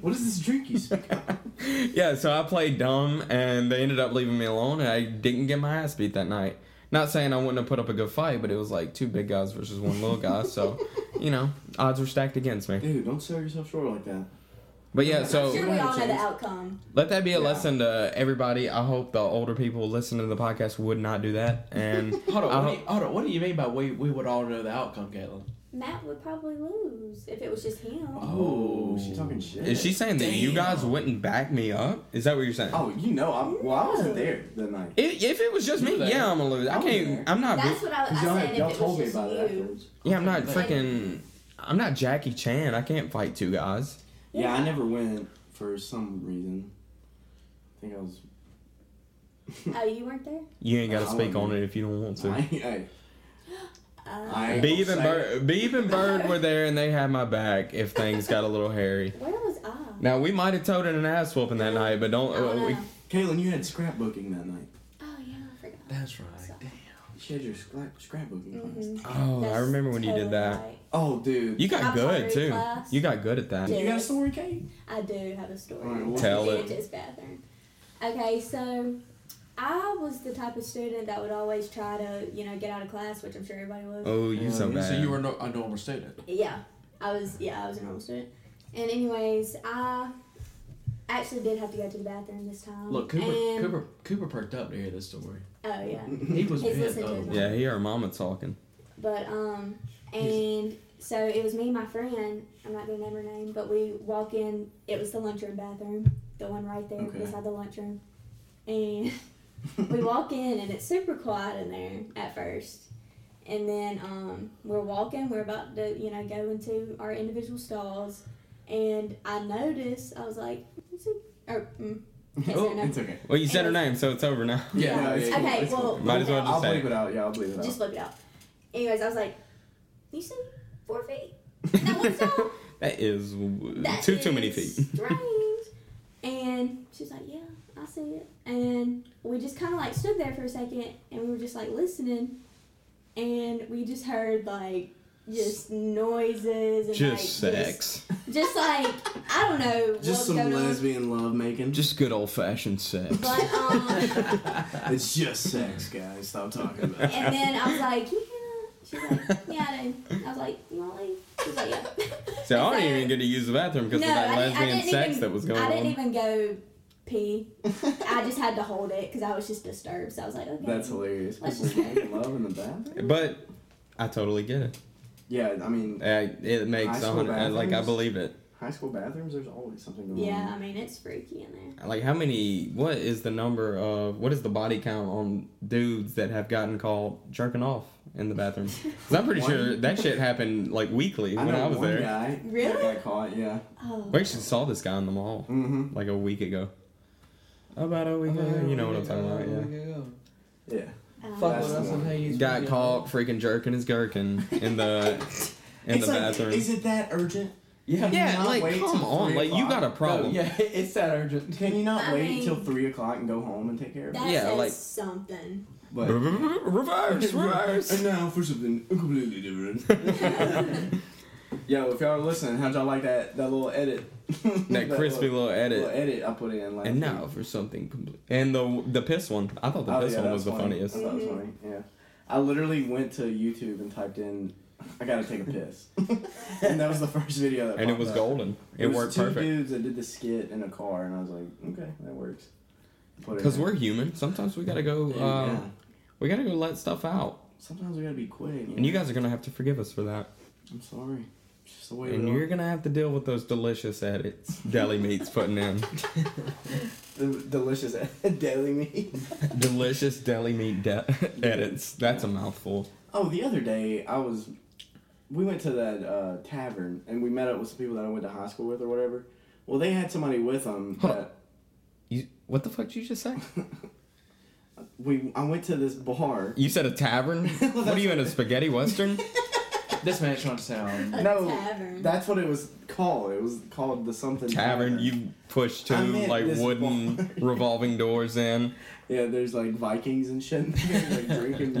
What is this drink you speak of? <laughs> Yeah, so I played dumb and they ended up leaving me alone and I didn't get my ass beat that night. Not saying I wouldn't have put up a good fight, but it was like two big guys versus one little guy, so you know, odds were stacked against me. Dude, don't sell yourself short like that. But yeah, Oh, I'm sure so we all know the outcome. let that be a Yeah. lesson to everybody. I hope the older people listening to the podcast would not do that. And Hold I on, what hope- do, you, hold on, what do you mean by we, we would all know the outcome, Caitlin? Matt would probably lose if it was just him. Oh, she talking shit. is she saying that you guys wouldn't back me up? Is that what you're saying? Oh, you know, I well, I wasn't there that night. If, if it was just me, You there. yeah, I'm gonna lose. I I'm can't. there. I'm not. That's what I, I Y'all, said. y'all if it told was me just about it you. afterwards. Yeah, I'm not Like- freaking. I'm not Jackie Chan. I can't fight two guys. Yeah, I never went for some reason. I think I <laughs> was. Oh, you weren't there? You ain't got to I speak on wouldn't. it if you don't want I, to. I, Uh, I ain't Beeb gonna and say Bird, it. Beeb and Bird were there, and they had my back if things got a little hairy. where was I? Now we might have toted an ass whooping that night, but don't. I don't uh, we, know. Caitlin, you had scrapbooking that night. Oh, yeah, I forgot. That's right. So- Damn. She had your scrap scrapbooking class. Mhm. oh, I That's remember when you did totally that. right. Oh, dude. You My got good pottery too. class. You got good at that. Yeah. you got a story, <laughs> Kate? I do have a story. Alright, well- Tell The it. dentist bathroom. Okay, so I was the type of student that would always try to, you know, get out of class, which I'm sure everybody was. Oh, you so Um, bad. So you were no, a normal student. Yeah, I was. Yeah, I was an normal student. And anyways, I actually did have to go to the bathroom this time. Look, Cooper, And- Cooper, Cooper perked up to hear this story. Oh yeah. He was He's pissed listening to over. his it. mom. Yeah, he or mama talking. But um, and so it was me and my friend. I'm not gonna name her name, but we walk in. It was the lunchroom bathroom, the one right there Okay. beside the lunchroom, and <laughs> we walk in and it's super quiet in there at first. And then um, we're walking, we're about to, you know, go into our individual stalls. And I noticed, I was like, "Is it- or, <laughs> mm, can't say her Oh, name. it's okay. Well, you said her name, so it's over now. Yeah, Yeah, no, it's yeah, cool. okay, it's well, cool. Might as well yeah. I'll Just say bleep it. it out. Yeah, I'll bleep it out. Just look it up. Anyways, I was like, you said four <laughs> feet? That one <laughs> song? That is w That too too many is feet. strange. <laughs> And she's like, yeah, I see it. And we just kind of like stood there for a second and we were just like listening. And we just heard like just noises and Just like, sex. Just, just, like, I <laughs> don't know. Just what's some going on. lesbian love making. Just good old fashioned sex. But, um, <laughs> it's just sex, guys. Stop talking <laughs> about. it. And then I was like, yeah. She's like, yeah, I do. I was like, you want to leave? She's like, <laughs> yeah. <laughs> So I And didn't even get to use the bathroom because of that I didn't- I lesbian didn't sex even- that was going I on. didn't even go pee. I just had to hold it because I was just disturbed. So I was like, okay. That's hilarious. Let's People just- making love in the <laughs> bathroom. But I totally get it. Yeah, I mean, I, it makes High a school hundred, I- like I bathrooms? believe it. high school bathrooms. There's always something going Yeah, I on. mean, it's freaky in there. Like how many? What is the number of? What is the body count on dudes that have gotten called jerking off in the bathroom? 'Cause I'm pretty <laughs> One. sure that shit happened like weekly I when know I was one there. guy Really? that got caught. Yeah. Oh. We actually saw this guy in the mall Mm-hmm. like a week ago. About a week ago, you know what I'm talking about, yeah. Yeah. um, That's Fuck, well, that's the one. not how you Got caught freaking jerking his gherkin in the in <laughs> the bathroom. it that urgent? You <laughs> have yeah, not like wait come till on, three like you o'clock? got a problem. yeah, it's that urgent. Can you not I wait mean- until three o'clock and go home and take care of it? That Yeah, says like- something. <laughs> But <laughs> Reverse, reverse. And now for something completely <laughs> different. Yo, if y'all are listening, how'd y'all like that that little <laughs> edit? that crispy little, little edit. little edit I put in. Like, And now for something complete. And the the piss one. I thought the Oh, piss yeah, one that was the funny. funniest. I thought it was funny. Yeah, I literally went to YouTube and typed in, "I gotta take a piss," <laughs> and that was the first video. That And it popped was up. golden. It, was worked two perfect. dudes that did the skit in a car, and I was like, "Okay, that works." Put it Because in. we're human. Sometimes we gotta go. Dude, Uh, yeah. We gotta go let stuff out. Sometimes we gotta be quick. And you guys are gonna have to forgive us for that. I'm sorry. It's just the way. And we you're are. gonna have to deal with those delicious edits deli meats putting in. <laughs> the delicious <laughs> deli meat. <laughs> delicious deli meat de- <laughs> edits. That's a mouthful. Oh, the other day I was, we went to that uh, tavern and we met up with some people that I went to high school with or whatever. Well, they had somebody with them. Hold on. that- You, what the fuck did you just say? we I went to this bar. You said a tavern? <laughs> what are you in a spaghetti western? <laughs> This man trying to sound. A No, tavern. that's what it was called. It was called the something tavern. You push two I meant like this wooden <laughs> bar. revolving doors in. Yeah, there's like Vikings and shit. in there, like drinking.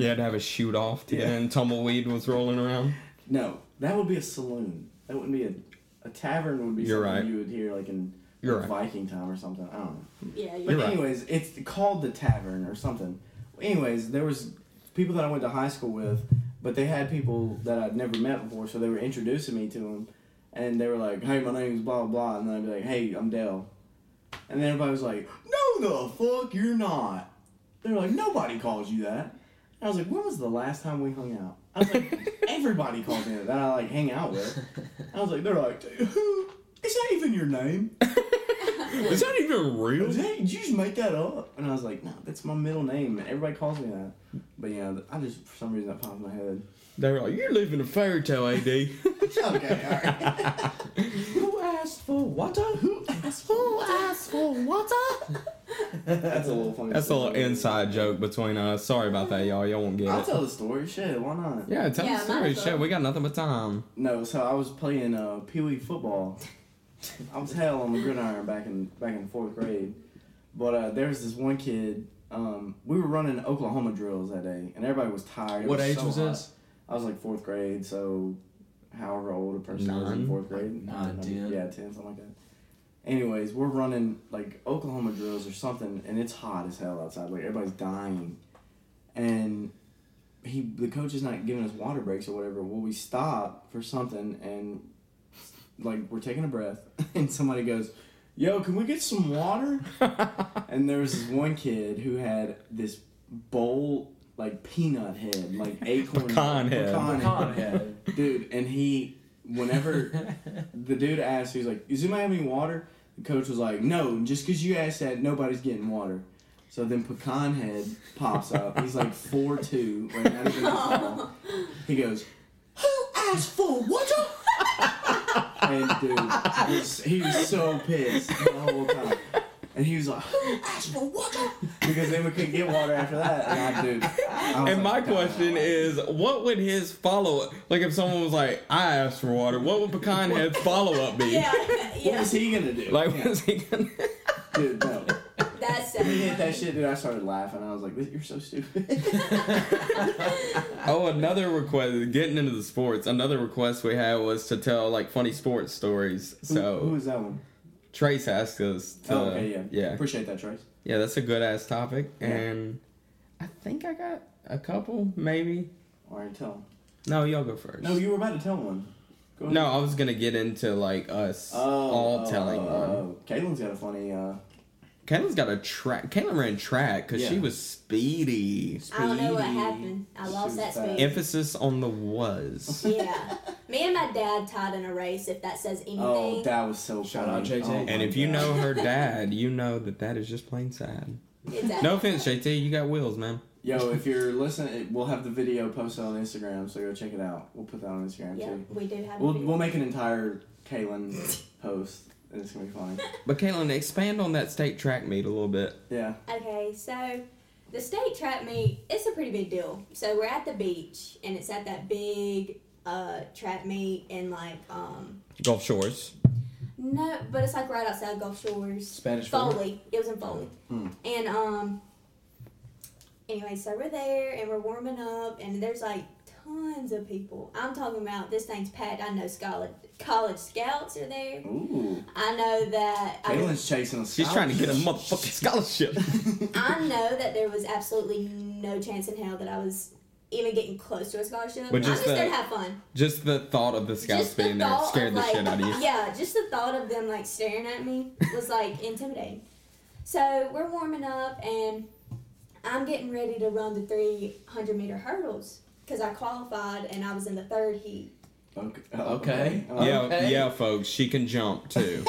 <laughs> You had to have a shoot off to get Yeah. in. Tumbleweed was rolling <laughs> around. No, that would be a saloon. That wouldn't be a a tavern. Would be You're something right. you would hear like in You're like, right. Viking time or something. I don't know. yeah, But You're right. anyways, it's called the tavern or something. Anyways, there was people that I went to high school with, but they had people that I'd never met before, so they were introducing me to them, and they were like, "Hey, my name's blah blah blah," and then I'd be like, "Hey, I'm Dale," and then everybody was like, "No, the fuck, you're not." They were like, "Nobody calls you that." And I was like, "When was the last time we hung out?" I was like, <laughs> "Everybody calls me that." that I like hang out with. I was like, "They're like, who? Is that even your name?" Is that even real? Is that- Did you just make that up? And I was like, no, that's my middle name. Everybody calls me that. But yeah, I just, for some reason, that popped in my head. <laughs> They were like, "You live in a fairy tale, AD." okay, alright. <laughs> Who asked for water? Who asked for asked for water. That's a little funny. That's a story. little inside joke between us. Sorry about that, y'all. Y'all won't get I'll it. tell the story. Shit, why not? Yeah, tell Yeah, the might story. as well. Shit, we got nothing but <laughs> time. No, so I was playing uh, Pee Wee football. I was hell on the gridiron back in back in fourth grade. But uh, there was this one kid. Um, we were running Oklahoma drills that day, and everybody was tired. It What age so was hot. this? I was like fourth grade, so however old a person was Nine? in fourth grade. Nine, I don't know. ten. Yeah, ten, something like that. Anyways, we're running like Oklahoma drills or something, and it's hot as hell outside. Like everybody's dying, and he the coach is not giving us water breaks or whatever. Well, we stop for something, and like we're taking a breath, <laughs> and somebody goes, "Yo, can we get some water?" and there was this one kid who had this bowl like peanut head, <laughs> like acorn Pecan head. pecan head, dude. And he, whenever the dude asked, he was like, "Does anybody have any water?" The coach was like, "No, just because you asked that, nobody's getting water." So then Pecan Head pops up. He's like four two. Like, not even that tall. he goes, "Who asked for water?" and dude, he was, he was so pissed the whole time. And he was like, "Who asked for water?" Because then we couldn't get water after that. And I, dude, I was And like, my "God." question is, what would his follow up? Like, if someone was like, "I asked for water," what would Pecan Head's follow up be? <laughs> Yeah, What yeah. was he gonna do? Like, Yeah. what <laughs> is he gonna? dude, no. That's so When he hit funny. that shit, dude, I started laughing. I was like, "You're so stupid." <laughs> Oh, another request. Getting into the sports, another request we had was to tell like funny sports stories. So who was that one? Trace asked us. To, Oh, okay, yeah, yeah, Appreciate that, Trace. Yeah, That's a good ass topic, Yeah. and I think I got a couple, maybe. All right, tell him. No, y'all go first. No, you were about to tell one. Go No, I was gonna get into like us all telling oh, one. Oh, Caitlin's got a funny. Uh, Caitlin's got a track. Caitlin ran track because she Yeah. was speedy. <laughs> I don't know what Speedy. happened. I lost that Suicide. speed. Emphasis on the <laughs> was. Yeah. Me and my dad tied in a race, if that says anything. oh, that was so Shout funny. out JT. Oh, my And if you God. know her dad, you know that that is just plain sad. Exactly. No offense, JT, you got wheels, man. yo, if you're listening, we'll have the video posted on Instagram, so go check it out. We'll put that on Instagram Yeah, too. we do have We'll a we'll make an entire Caitlin <laughs> post. And it's gonna be funny. But Caitlin, expand on that state track meet a little bit. Yeah. Okay, so the state track meet, it's a pretty big deal. So we're at the beach and it's at that big uh track meet and like um Gulf Shores. no but it's like right outside Gulf Shores. Spanish Fork. Foley. It was in Foley. And um anyway, so we're there and we're warming up and there's like tons of people. I'm talking about this thing's packed. I know scholar college scouts are there. Ooh. I know that I was- Caitlin's chasing a. She's scout. trying to get a motherfucking scholarship. I know that there was absolutely no chance in hell that I was even getting close to a scholarship. But just I'm just there the- to have fun. <laughs> just the thought of the scouts Just the being there thought scared of, the like, shit out of you. Yeah, just the thought of them like staring at me <laughs> was like intimidating. So we're warming up and I'm getting ready to run the 300 meter hurdles because I qualified and I was in the third heat. <laughs> Okay. Okay. Oh, Yeah, Okay. yeah, folks, she can jump <laughs> too.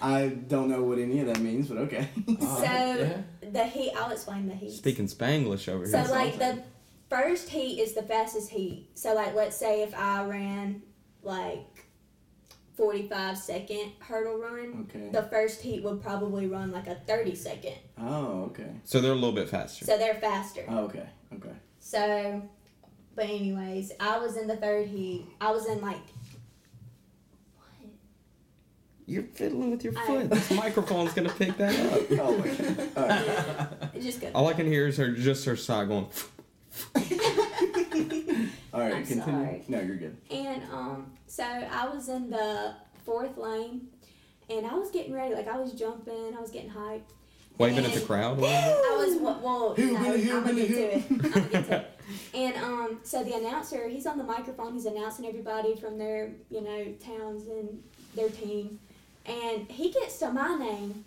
I don't know what any of that means, but okay. <laughs> Oh, Uh-huh. so yeah. the heat, I'll explain the heat. Speaking Spanglish over So here. like the first heat is the fastest heat. So like let's say if I ran like 45 second hurdle run, Okay. the first heat would probably run like a 30 second. Oh, okay. so they're a little bit faster. So they're faster. Oh, okay. Okay. <laughs> So but anyways, I was in the third heat. I was in like You're fiddling with your I- foot. This microphone's gonna pick that up. Oh my God. <laughs> All right. it just goes. <laughs> All I can hear is her just her sock going. All right, I'm continue. sorry. No, you're good. And um, so I was in the fourth lane, and I was getting ready. Like I was jumping, I was getting hyped. Waving at the And- crowd a little I was well. well Who, no, Billy, who, I'm gonna Billy, get to it. I'm gonna get to it. And um, so the announcer, he's on the microphone. He's announcing everybody from their, you know, towns and their team. And he gets to my name,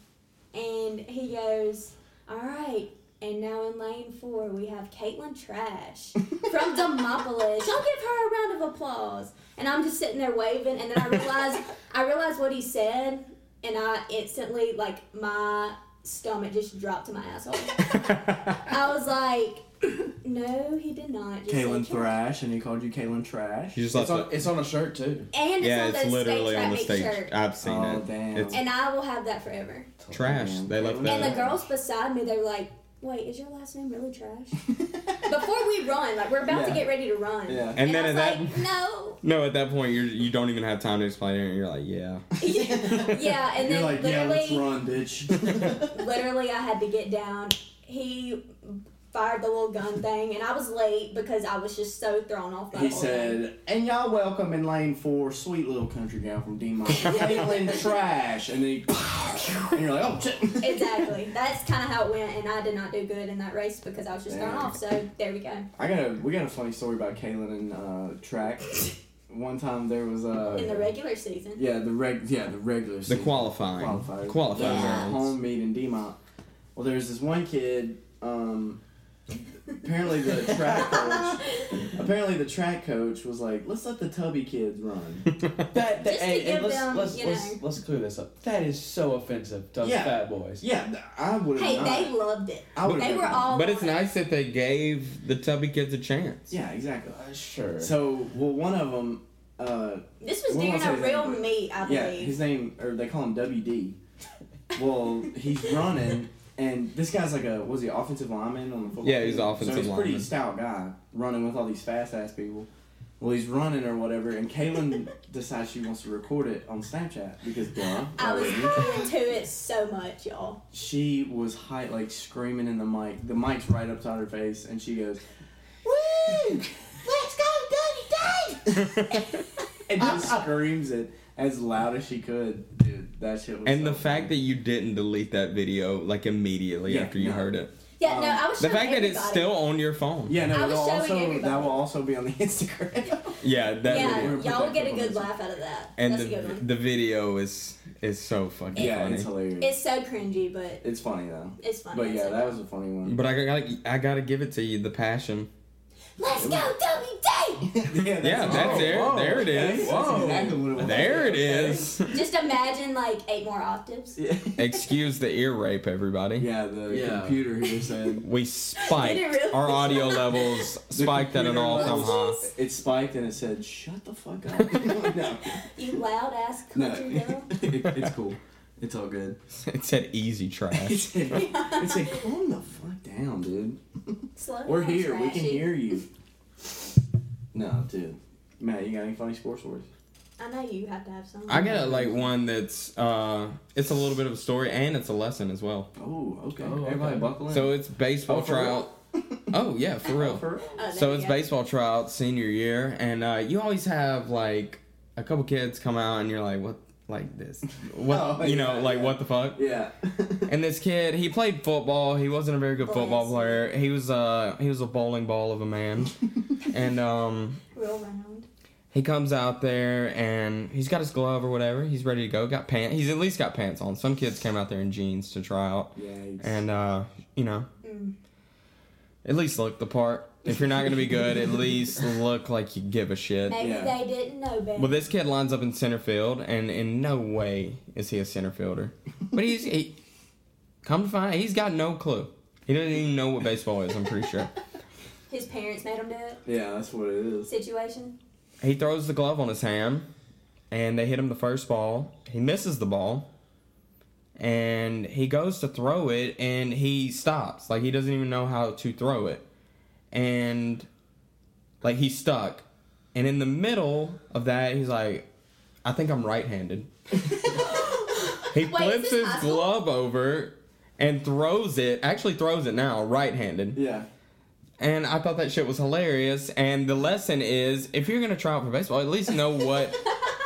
and he goes, "All right." And now in lane four, we have Caitlin Trash from Demopolis. Y'all give her a round of applause. And I'm just sitting there waving, and then I realize I realized what he said, and I instantly like my stomach just dropped to my asshole. I was like, <clears throat> no, he did not. Just say Kalen Caitlin. Thrash, and he called you Kalen <laughs> Trash. She just lets It's on, it. it's on a shirt too. And it's Yeah, on it's the literally stage on the traffic stage. shirt. I've seen Oh, it. damn. It's And I will have that forever. trash. Damn. They left And that. the girls beside me, they're like, wait, is your last name really trash? Before we run, like we're about to Yeah. get ready to run. <laughs> Yeah. And then I at was that- like, <laughs> no. <laughs> no, at that point you're you don't even have time to explain it. And you're like, yeah. Yeah, <laughs> and You're then like, yeah, literally let's <laughs> run, bitch. literally I had to get down. He fired the little gun thing and I was late because I was just so thrown off by he the whole thing. said, and y'all welcome in lane four, sweet little country gal from D <laughs> Mike, Kalen Trash. And then he, and you're like, oh, shit. Exactly. That's kind of how it went, and I did not do good in that race because I was just thrown Damn. off. So there we go. I got a, we got a funny story about Kalen and uh, Track. one time there was a in the regular season. yeah the reg yeah the regular The <laughs> season. qualifying. qualifiers. Qualifying. Yeah. There's a rounds. home meet in Demont. Well, there's this one kid. Um, apparently the <laughs> track coach. Apparently the track coach was like, "Let's let the tubby kids run." That, that Just to hey, give and let's, them, let's, you know. let's, let's clear this up. That is so offensive to us Yeah. fat boys. Yeah, th- I would. Hey, not. they loved it. I would've They been- were <laughs> all. But it's on it. nice that they gave the Tubby kids a <laughs> chance. Yeah, exactly. Uh, sure. So, well, one of them, uh, This was Well, during I'll a say that, real but- meet, I yeah, believe. his name or they call him WD. <laughs> Well, he's running, and this guy's like a was he offensive lineman on the football? Yeah, he's team? an offensive So he's a pretty lineman. stout guy running with all these fast ass people. Well, he's running or whatever, and Kaylin decides she wants to record it on Snapchat because duh. why I was wouldn't you? going to it so much, y'all. she was high, like screaming in the mic. The mic's right upside her face, and she goes, "Woo! Let's go, Dirty Dave!" and just screams it as loud as she could. Dude, that shit was. And so the fact that you didn't delete that video like immediately Yeah, after you no. heard it. Yeah, Um, no, I was. The showing fact that it's everybody. still on your phone. yeah, I no, was it'll showing also that everybody. will also be on the <laughs> Instagram. Yeah, that Yeah, video. We're y'all will get a protective good of laugh out of that. And That's the, a good <laughs> one. the video is is so fucking yeah, funny. it's hilarious. It's so cringy, but It's funny though. it's funny. But It's yeah, okay. that was a funny one. But I gotta I gotta give it to you, the passion. Let's go, WD! <laughs> yeah, Yeah, that's there. There it is. That's exactly what it was. There <laughs> it is. Just imagine like eight more octaves. <laughs> Excuse the ear rape, everybody. Yeah, the Yeah. computer here said We spiked Did it really? our audio <laughs> levels The spiked at an computer all time high. levels- It spiked and it said, "Shut the fuck <laughs> up." <laughs> no, You loud ass no, country girl. <laughs> It- it's cool. It's all good. It said easy <laughs> It trash. said, it said, <laughs> "Calm the fuck down, dude. Slow We're down, here. We can trashy. hear you." No, dude. Matt, you got any funny sports stories? I know you have to have some. I got like one that's uh it's a little bit of a story and it's a lesson as well. Oh, okay. Oh, okay. Everybody buckle in. So it's baseball Oh, for tryout. <laughs> Oh yeah, for real. For real? Oh, there So you it's go. baseball tryout senior year, and uh, you always have like a couple kids come out, and you're like, what, like this, what, <laughs> Oh, you yeah, know, like yeah. what the fuck? Yeah. <laughs> And this kid, he played football. He wasn't a very good Oh, football yes. player. He was uh he was a bowling ball of a man, and um real round. he comes out there and he's got his glove or whatever. He's ready to go. Got pants. He's at least got pants on. Some kids came out there in jeans to try out, Yikes. and uh, you know, Mm. at least look the part. If you're not gonna be good, at least look like you give a shit. Maybe Yeah. they didn't know better. Well, this kid lines up in center field, and in no way is he a center fielder. But he's he, come to find, he's got no clue. He doesn't even know what baseball is. I'm pretty sure. His parents made him do it. yeah, that's what it is. Situation. He throws the glove on his hand, and they hit him the first ball. He misses the ball, and he goes to throw it, and he stops. Like he doesn't even know how to throw it, and like he's stuck. And in the middle of that, he's like, "I think I'm <laughs> right-handed." he Wait, flips is this his high school? glove over and throws it. Actually, throws it now, right-handed. Yeah. And I thought that shit was hilarious. And the lesson is, if you're gonna try out for baseball, at least know <laughs> what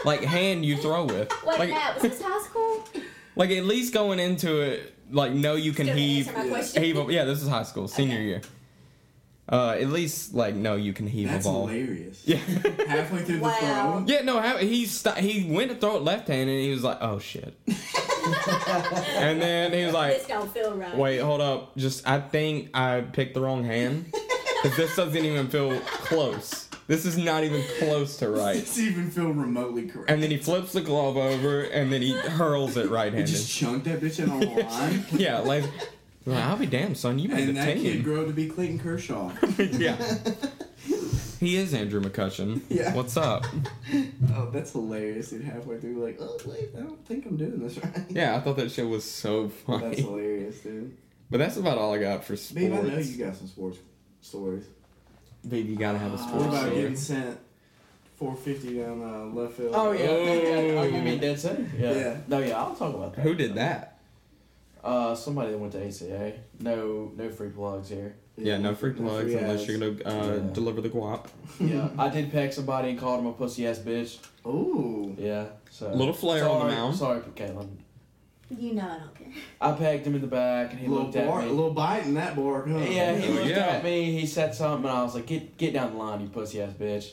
like hand you throw with. Wait, like, Matt, was this high school? <laughs> like at least going into it, like know you can Still didn't heave. answer my question. <laughs> heave a, yeah, this is high school, senior Okay. year. Uh, at least like know you can heave That's a ball. hilarious. <laughs> Yeah, Halfway through Wow. the throne. yeah. No, how, he st- he went to throw it left handed, and he was like, "Oh shit!" and then he was This like, don't feel right. "Wait, hold up. Just I think I picked the wrong <laughs> hand because this doesn't even feel close. This is not even close to right." Does it even feel remotely correct? And then he flips the glove over and then he hurls it right He handed. <laughs> just chunked that bitch in on the line. yeah, like, like, I'll be damned, son. You made And the that kid team. grew up to be Clayton Kershaw. <laughs> yeah. He is Andrew McCutcheon. Yeah. What's up? <laughs> oh, that's hilarious. Dude, halfway through, like, oh, wait, I don't think I'm doing this <laughs> right. Yeah, I thought that shit was so That's funny. hilarious, dude. But that's about all I got for sports. Babe, I know you got some sports stories. Babe, you gotta have a What sports about story. getting sent 450 down uh, left field? Oh yeah. Oh. oh, you mean dead set? Yeah. Yeah. No, yeah, I'll talk about that. Who did that? Uh, somebody that went to ACA. No, no free plugs here. Yeah, no free plugs free unless ads. you're gonna uh, Yeah. deliver the guap. Yeah, I did peck somebody and called him a pussy ass bitch. Ooh. <laughs> Yeah. So Little flair on sorry, the mound. Sorry, Caitlin. You know I don't care. I pegged him in the back, and he little looked at bar, me. little bite in that bar. Huh? Yeah, he Oh, looked yeah. at me. He said something, and I was like, "Get get down the line, you pussy ass bitch."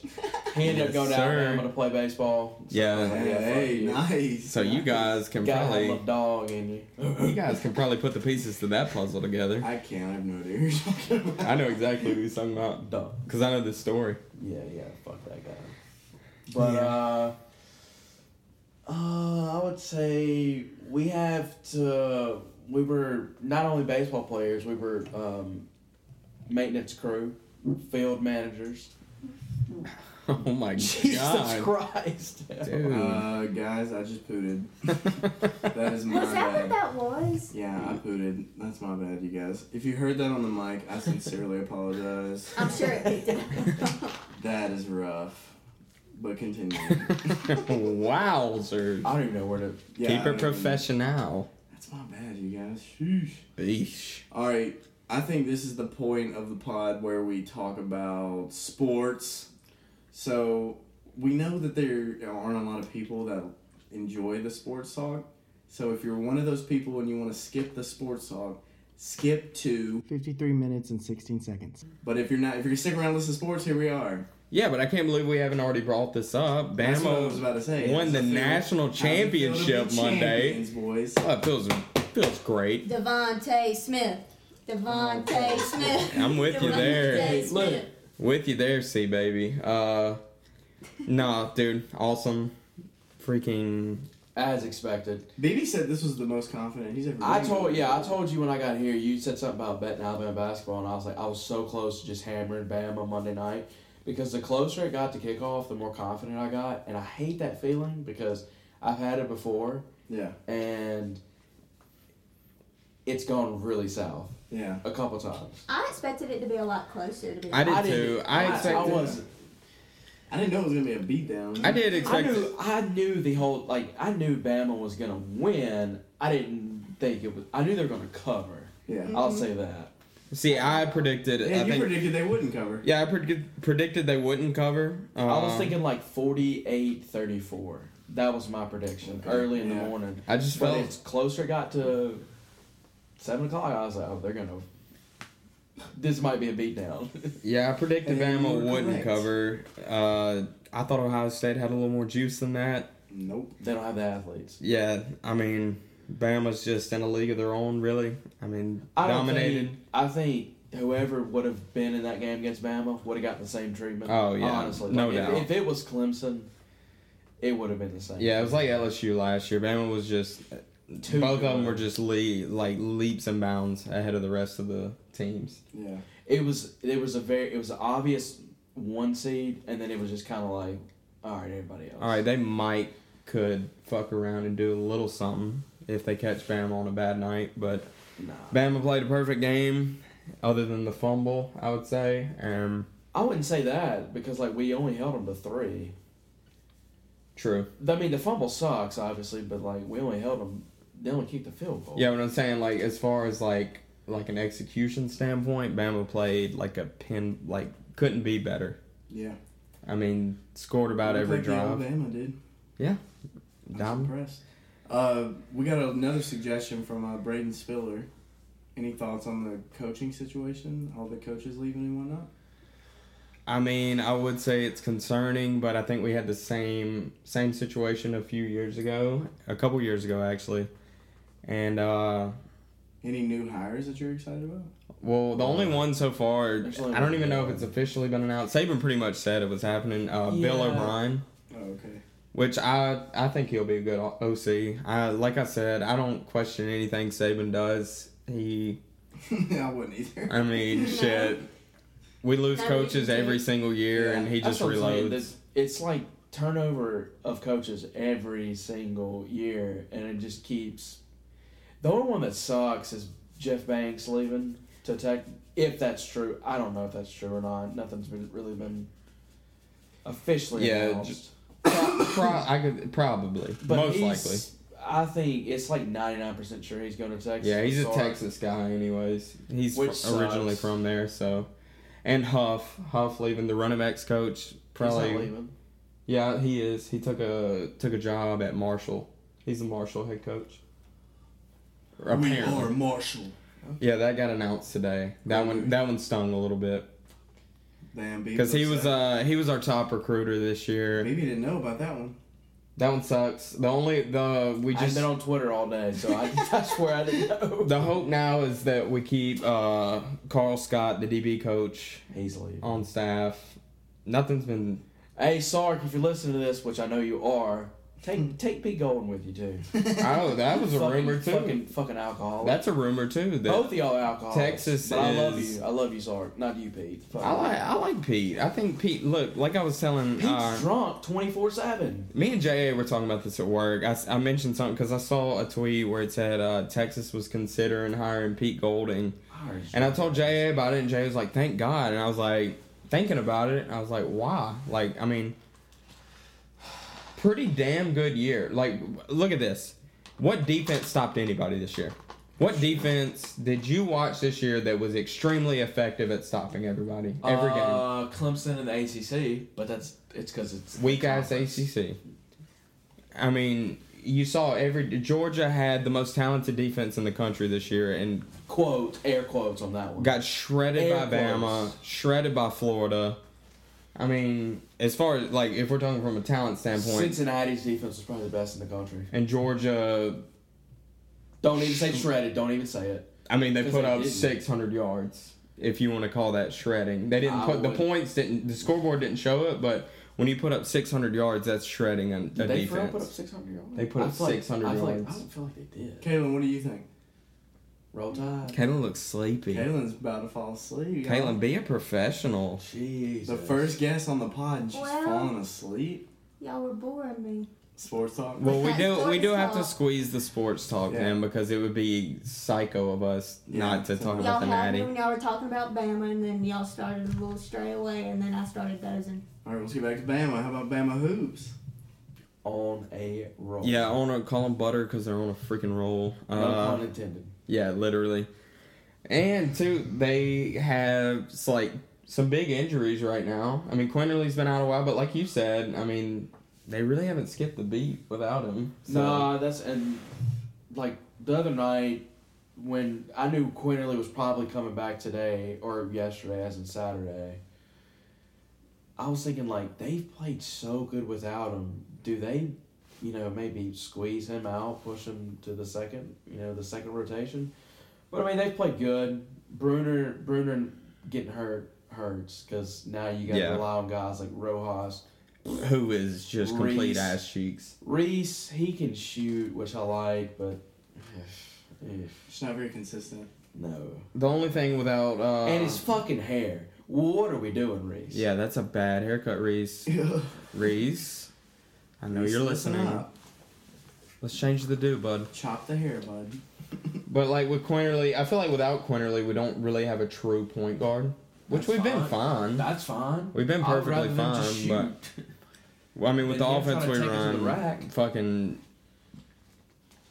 He ended Yes, up going down sir. there. I'm gonna play baseball. Yeah. Yeah, Hey, fuck nice. So you guys can Got a little probably dog in you. <laughs> <clears throat> you guys can probably put the pieces to that puzzle together. <laughs> I can't. I have no idea who you're talking about. I know exactly who he's talking about Dog. because I know this story. <laughs> Yeah, yeah, fuck that guy. But uh, uh, I would say we have to. We were not only baseball players, we were um, maintenance crew, field managers. Oh my Jesus god, Christ! dude! Uh, guys, I just pooted. <laughs> that is my Was that what bad. that was? Yeah, I pooted. That's my bad, you guys. If you heard that on the mic, I sincerely apologize. I'm sure it picked it up. That is rough. But <laughs> continue. Wowzers! <laughs> I don't even know where to. Uh, Yeah, Keep I it mean, professional. That's my bad, you guys. Sheesh. Eesh. All right, I think this is the point of the pod where we talk about sports. So we know that there aren't a lot of people that enjoy the sports talk. So if you're one of those people and you want to skip the sports talk, skip to 53 minutes and 16 seconds. But if you're not, if you're sticking around to listen to sports, here we are. Yeah, but I can't believe we haven't already brought this up. That's what I was about Bama to say. won How's the it feel- national how's it feel to be championship Monday. champions, boys. Oh, it feels feels great. Devonte Smith. Oh, Devonte Smith. I'm with you there. Devontae Hey, Smith. look. With you there, C baby. Uh, nah, dude, awesome. Freaking As expected. BB said this was the most confident he's ever. I been. told yeah, I told you when I got here. You said something about betting Alabama basketball, and I was like, I was so close to just hammering Bama Monday night because the closer it got to kickoff, the more confident I got, and I hate that feeling because I've had it before, Yeah, and it's gone really south yeah. a couple times. I expected it to be a lot closer to be. I did I too. didn't- I I- I expected. I, was- I didn't know it was gonna be a beatdown. did I expect. knew I knew the whole like I knew Bama was gonna win. I didn't think it was. I knew they were gonna cover. Yeah. I'll say that. See, I predicted. Yeah, I you think. predicted they wouldn't cover. yeah, I predict- predicted they wouldn't cover. Um, I was thinking like 48 34. That was my prediction early in the Yeah. morning. I just but felt- it's closer it got to 7 o'clock. I was like, oh, they're going to. This might be a beatdown. <laughs> Yeah, I predicted And you Bama were wouldn't correct. cover. Uh, I thought Ohio State had a little more juice than that. Nope. they don't have the athletes. Yeah, I mean, Bama's just in a league of their own, really. I mean, I don't dominated. Think, I think whoever would have been in that game against Bama would have gotten the same treatment. Oh, yeah. Honestly. No Like, if- doubt. If, it was Clemson, it would have been the same. Yeah, it was like LSU last year. Bama was just Too both of them good. were just le- like leaps and bounds ahead of the rest of the teams. Yeah. It was, it was a very, it was an obvious one seed, and then it was just kind of like, all right, everybody else. All right, they might could fuck around and do a little something if they catch Bama on a bad night, but Nah. Bama played a perfect game, other than the fumble, I would say. Um, I wouldn't say that because like we only held them to three. true. I mean, the fumble sucks, obviously, but like we only held them. They only kicked the field goal. Yeah, what I'm saying, like as far as like like an execution standpoint, Bama played like a pin, like couldn't be better. Yeah. I mean, scored about We every played the drive. Alabama, dude. Yeah, I'm Dom. impressed. Uh, we got another suggestion from uh, Braden Spiller. Any thoughts on the coaching situation? All the coaches leaving and whatnot. I mean, I would say it's concerning, but I think we had the same same situation a few years ago, a couple years ago actually, and uh, Any new hires that you're excited about? Well, the only one so far, There's only I don't one. even know if it's officially been announced. Saban pretty much said it was happening. Uh, Bill Yeah. O'Brien, Oh, okay. <laughs> which I I think he'll be a good O- OC. I like I said, I don't question anything Saban does. He, I wouldn't either. I <laughs> mean, shit. We lose No, we coaches can do every it. single year, Yeah, and he That's just what I'm saying, reloads. that It's like turnover of coaches every single year, and it just keeps. The only one that sucks is Jeff Banks leaving to Tech. If that's true, I don't know if that's true or not. Nothing's been really been officially Yeah, announced. just- Pro- I could probably, But most he's- likely. I think it's like ninety nine percent sure he's going to Texas. Yeah, he's a Sorry. Texas guy, anyways. He's Which fr- sucks. originally from there, so. And Huff, Huff leaving the running backs coach, He's not probably. leaving. Yeah, he is. He took a took a job at Marshall. He's the Marshall head coach. Apparently. We are Marshall. Yeah, that got announced today. That one that one stung a little bit Damn, because he was uh he was our top recruiter this year. Maybe didn't know about that one. That one sucks. The only the we I've just been on Twitter all day, so I, <laughs> I swear I didn't know. the hope now is that we keep uh Carl Scott, the DB coach, Easily. on staff. Nothing's been Hey, Sark, if you're listening to this, which I know you are, take take Pete Golden with you too. Oh, <laughs> that was a fucking, rumor too. Fucking fucking alcohol. That's a rumor too. That both of y'all are alcoholics. Texas but I love is- you. I love you, Sark. Not you, Pete. Fuck. I like I like Pete. I think Pete. Look, like I was telling. Pete's Uh, drunk twenty four seven. me and JA were talking about this at work. I, s- I mentioned something because I saw a tweet where it said uh, Texas was considering hiring Pete Golding. And I told JA about it, and JA was like, thank God. And I was like, thinking about it, and I was like, why? Like, I mean, pretty damn good year. Like, look at this. What defense stopped anybody this year? What defense did you watch this year that was extremely effective at stopping everybody? Every game. uh, Clemson and the ACC, but that's it's because it's Weak ass ACC. I mean, you saw every. Georgia had the most talented defense in the country this year, and Quote air quotes on that one. Got shredded Air by Bama, quotes. shredded by Florida. I mean, as far as like if we're talking from a talent standpoint, Cincinnati's defense was probably the best in the country. and Georgia, Don't even say shredded. Don't even say it. I mean, they 'Cause put they up didn't. 600 yards. If you want to call that shredding, they didn't I put the would- points didn't the scoreboard didn't show it, but when you put up 600 yards, that's shredding a, a Did they for real defense. put up six hundred yards? They put I up feel like- 600 I feel like- yards. I don't feel like they did. Kaylin, what do you think? Roll Tide. Caitlin looks sleepy. Caitlin, Kaylin's about to fall asleep. y'all. be a professional. Jeez. the first guest on the pod, and she's Well- falling asleep. Y'all were boring me. Sports talk. Well, we That's do we sports do have to talk. squeeze the sports talk Yeah. in because it would be psycho of us Yeah. not to talk Y'all about the had natty. me when y'all were talking about Bama, and then y'all started a little stray away, and then I started dozing. All right, let's get back to Bama. How about Bama hoops? on a roll. Yeah, I want to call them butter because they're on a freaking roll. No pun Uh, intended. yeah, literally. And two, they have s- like some big injuries right now. I mean, Quinterly's been out a while, but like you said, I mean, they really haven't skipped the beat without him. So. Nah, that's and like the other night when I knew Quinterly was probably coming back today or yesterday, as in Saturday. I was thinking like they've played so good without him. Do they, you know, maybe squeeze him out, push him to the second, you know, the second rotation? But I mean, they've played good. Bruner, Bruner getting hurt hurts because now you got to Yeah. rely on guys like Rojas, who is just complete Reese. ass cheeks? Reese, he can shoot, which I like, but She's not very <laughs> consistent. no. The only thing without uh, and his fucking hair. What are we doing, Reese? yeah, that's a bad haircut, Reese. <laughs> Reese, I know you're Listen listening. up. Let's change the do, bud. Chop the hair, bud. But like with Quinterly, I feel like without Quinterly, we don't really have a true point guard, which That's we've been fine. fine. That's fine. We've been I would perfectly rather them just fine, shoot. <laughs> but- Well, I mean, with the Then you're offense trying we to take us to the run, rack. fucking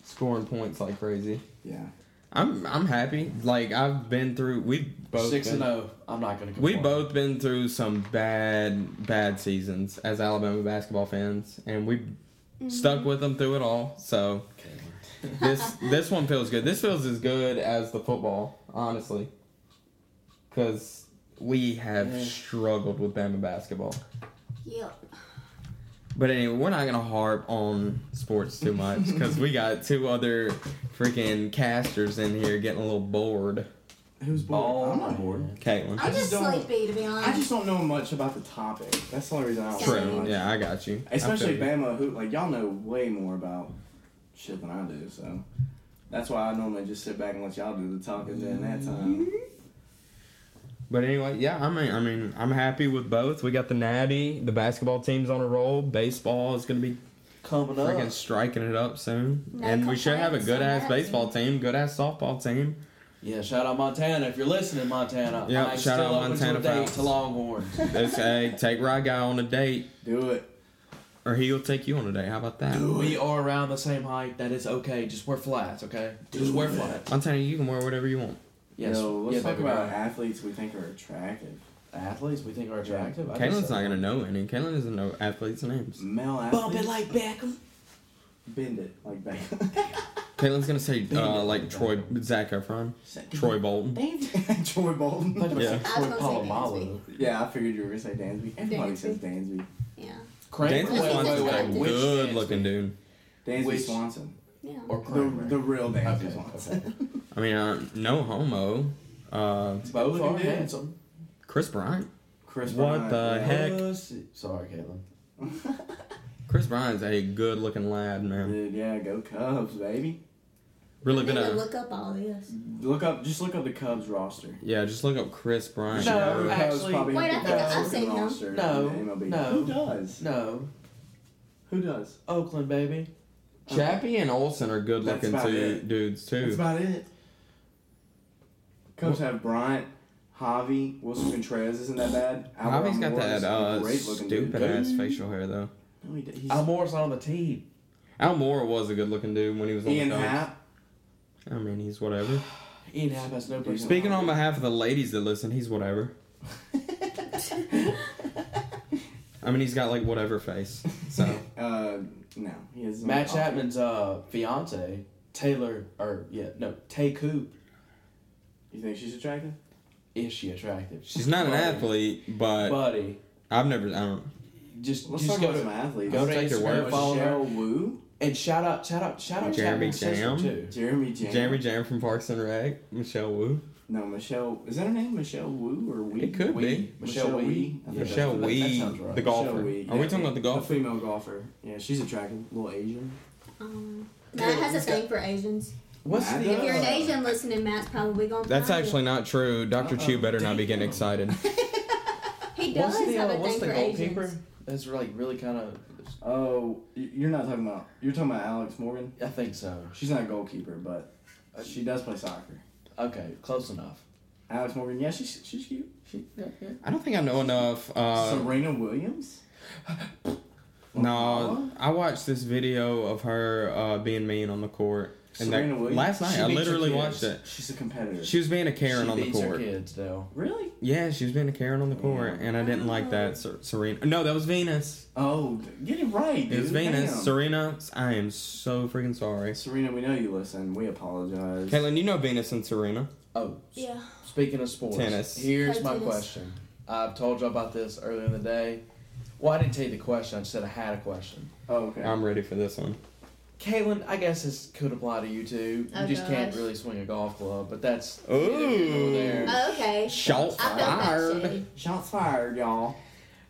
scoring points like crazy. Yeah. I'm I'm happy. Like I've been through. We both six been, and oh. zero. I'm not gonna. Complain. We both been through some bad bad seasons as Alabama basketball fans, and we Mm-hmm. Mm-hmm. stuck with them through it all. So this this one feels good. This feels as good as the football, honestly, because we have Yeah. struggled with Bama basketball. Yep. But anyway, we're not gonna harp on sports too much because we got two other freaking casters in here getting a little bored. Who's bored? Oh, I'm my not bored. Caitlin, I'm just just, don't- sleepy, to be honest. I just don't know much about the topic. That's the only reason I don't know true. much. Yeah, I got you. I Especially feel you. Bama hoop. Like y'all know way more about shit than I do, so that's why I normally just sit back and let y'all do the talking during that time. Mm-hmm. But anyway, yeah, I mean, I mean, I'm happy with both. We got the Natty, the basketball team's on a roll. Baseball is gonna be coming up. freaking striking it up soon, No and we should have a complaints good on ass that baseball team, good ass softball team. Yeah, shout out Montana if you're listening, Montana. Yeah, I'm shout still out open Montana to a date Falcons. to <laughs> Longhorns. Let's hey, take Rod Guy on a date, Do it. or he'll take you on a date. How about that? we are around the same height. That is okay. Just wear flats, okay? Just wear flats. Montana, you can wear whatever you want. Yes. Yes. let's yeah, talk baby about girl. athletes we think are attractive. athletes we think are attractive. I Caitlin's just- not gonna know any. Caitlin doesn't know Mm. athletes' names. Male athletes. Bump it like Beckham. <laughs> <laughs> Bend it like that. Caitlin's gonna say uh, like Troy Zach Efron, Troy Bolton. <laughs> Troy Bolton. Yeah. I was gonna say Polamalu. Yeah, I figured you were gonna say Dansby. Everybody Dansby. says Dansby. Yeah. Craig Dansby Wait, wait, Swanson's wait, a wait, wait. good looking dude. Dansby Which- Swanson. Yeah. Or The, Kramer. the real Dansby Okay, Swanson. I mean, uh, no homo. Uh, Both Looking are dude. handsome. Chris Bryant. <laughs> Chris What Bryant, the yeah. heck? Pussy. Sorry, Caitlin. Chris Bryant's a good looking lad, man. <laughs> Dude, yeah, go Cubs, baby. Really I'm gonna gonna. look up all this. Look up, just look up the Cubs roster. Yeah, just look up Chris Bryant. No. Cubs actually- probably Wait, have I the think best I've looking seen him. roster in No, the MLB. no. Who does? No, Who does? Oakland, baby. Chappie and Olson are good That's looking about two it. dudes That's too. about it. Cubs have Bryant, Javi, Wilson Contreras. Isn't that bad? Alvaro Javi's got Morales that is a uh, great-looking dude. stupid ass facial hair though. No, he, did- he's Al Moore's not on the team. Al Moore was a good looking dude when he was on Ian the Cubs. Happ. I mean, he's whatever. Ian Happ has no personality. Speaking on behalf of the ladies that listen, he's whatever. I mean, he's got like whatever face. <laughs> <laughs> So Uh, no, he has no Matt option. Chapman's uh, fiance, Taylor, or yeah, no, Tay Coop. You think she's attractive? Is she attractive? she's not an Buddy. athlete, but buddy. I've never. I don't. Just Let's just talk go about some to athletes. go to Take your Instagram, word. follow her, Michelle Wu, and shout out, shout out, shout out Jeremy Chapman's sister, Jam. too. Jeremy Jam. Jeremy Jam from Parks and Rec, Michelle Wu, No, Michelle. Is that her name? Michelle Wu or Wee? It could Wee? be. Michelle, Michelle Wee. I Wee. think that's- Michelle that- that Wee, sounds right. the Michelle golfer. Wee, Are we yeah. talking about the A golfer? female golfer. Yeah, she's attractive. Little Asian. Um, Matt has a thing for Asians. What's Matt the does. If you're an uh, Asian listening, Matt's probably gonna. That's find actually not true. Doctor Chu better not be getting excited. it. He does What's the have uh, a what's thing the for goalkeeper? Asians. That's like really kind of. Oh, y- you're not talking about. You're talking about Alex Morgan. I think so. She's not a goalkeeper, but she does play soccer. Okay, close enough. Alex Morgan. Yeah, she's she's cute. She, I don't think I know enough. Uh, Serena Williams. no, I watched this video of her uh, being mean on the court. And Serena that, Williams? last night, She I beats her literally kids. watched it. She's a competitor. She was being a Karen she on the beats her court. kids though. really? Yeah, she was being a Karen on the court, and I didn't like that. Ser- Serena. No, that was Venus. Oh, d- get it right. It was dude. Venus. Damn. Serena, I am so freaking sorry. Serena, we know you listen. We apologize. Caitlin, you know Venus and Serena. Oh, s- Yeah. speaking of sports, Tennis. Here's Play my tennis. question. I've told you about this earlier in the day. Well, I didn't tell you the question. I just said I had a question. Oh, okay. I'm ready for this one. Caitlin, I guess this could apply to you too. You Oh, just can't gosh. really swing a golf club, but that's Ooh. neither here nor there. Oh, okay. Shot I felt that fired. shitty. Shot fired, y'all.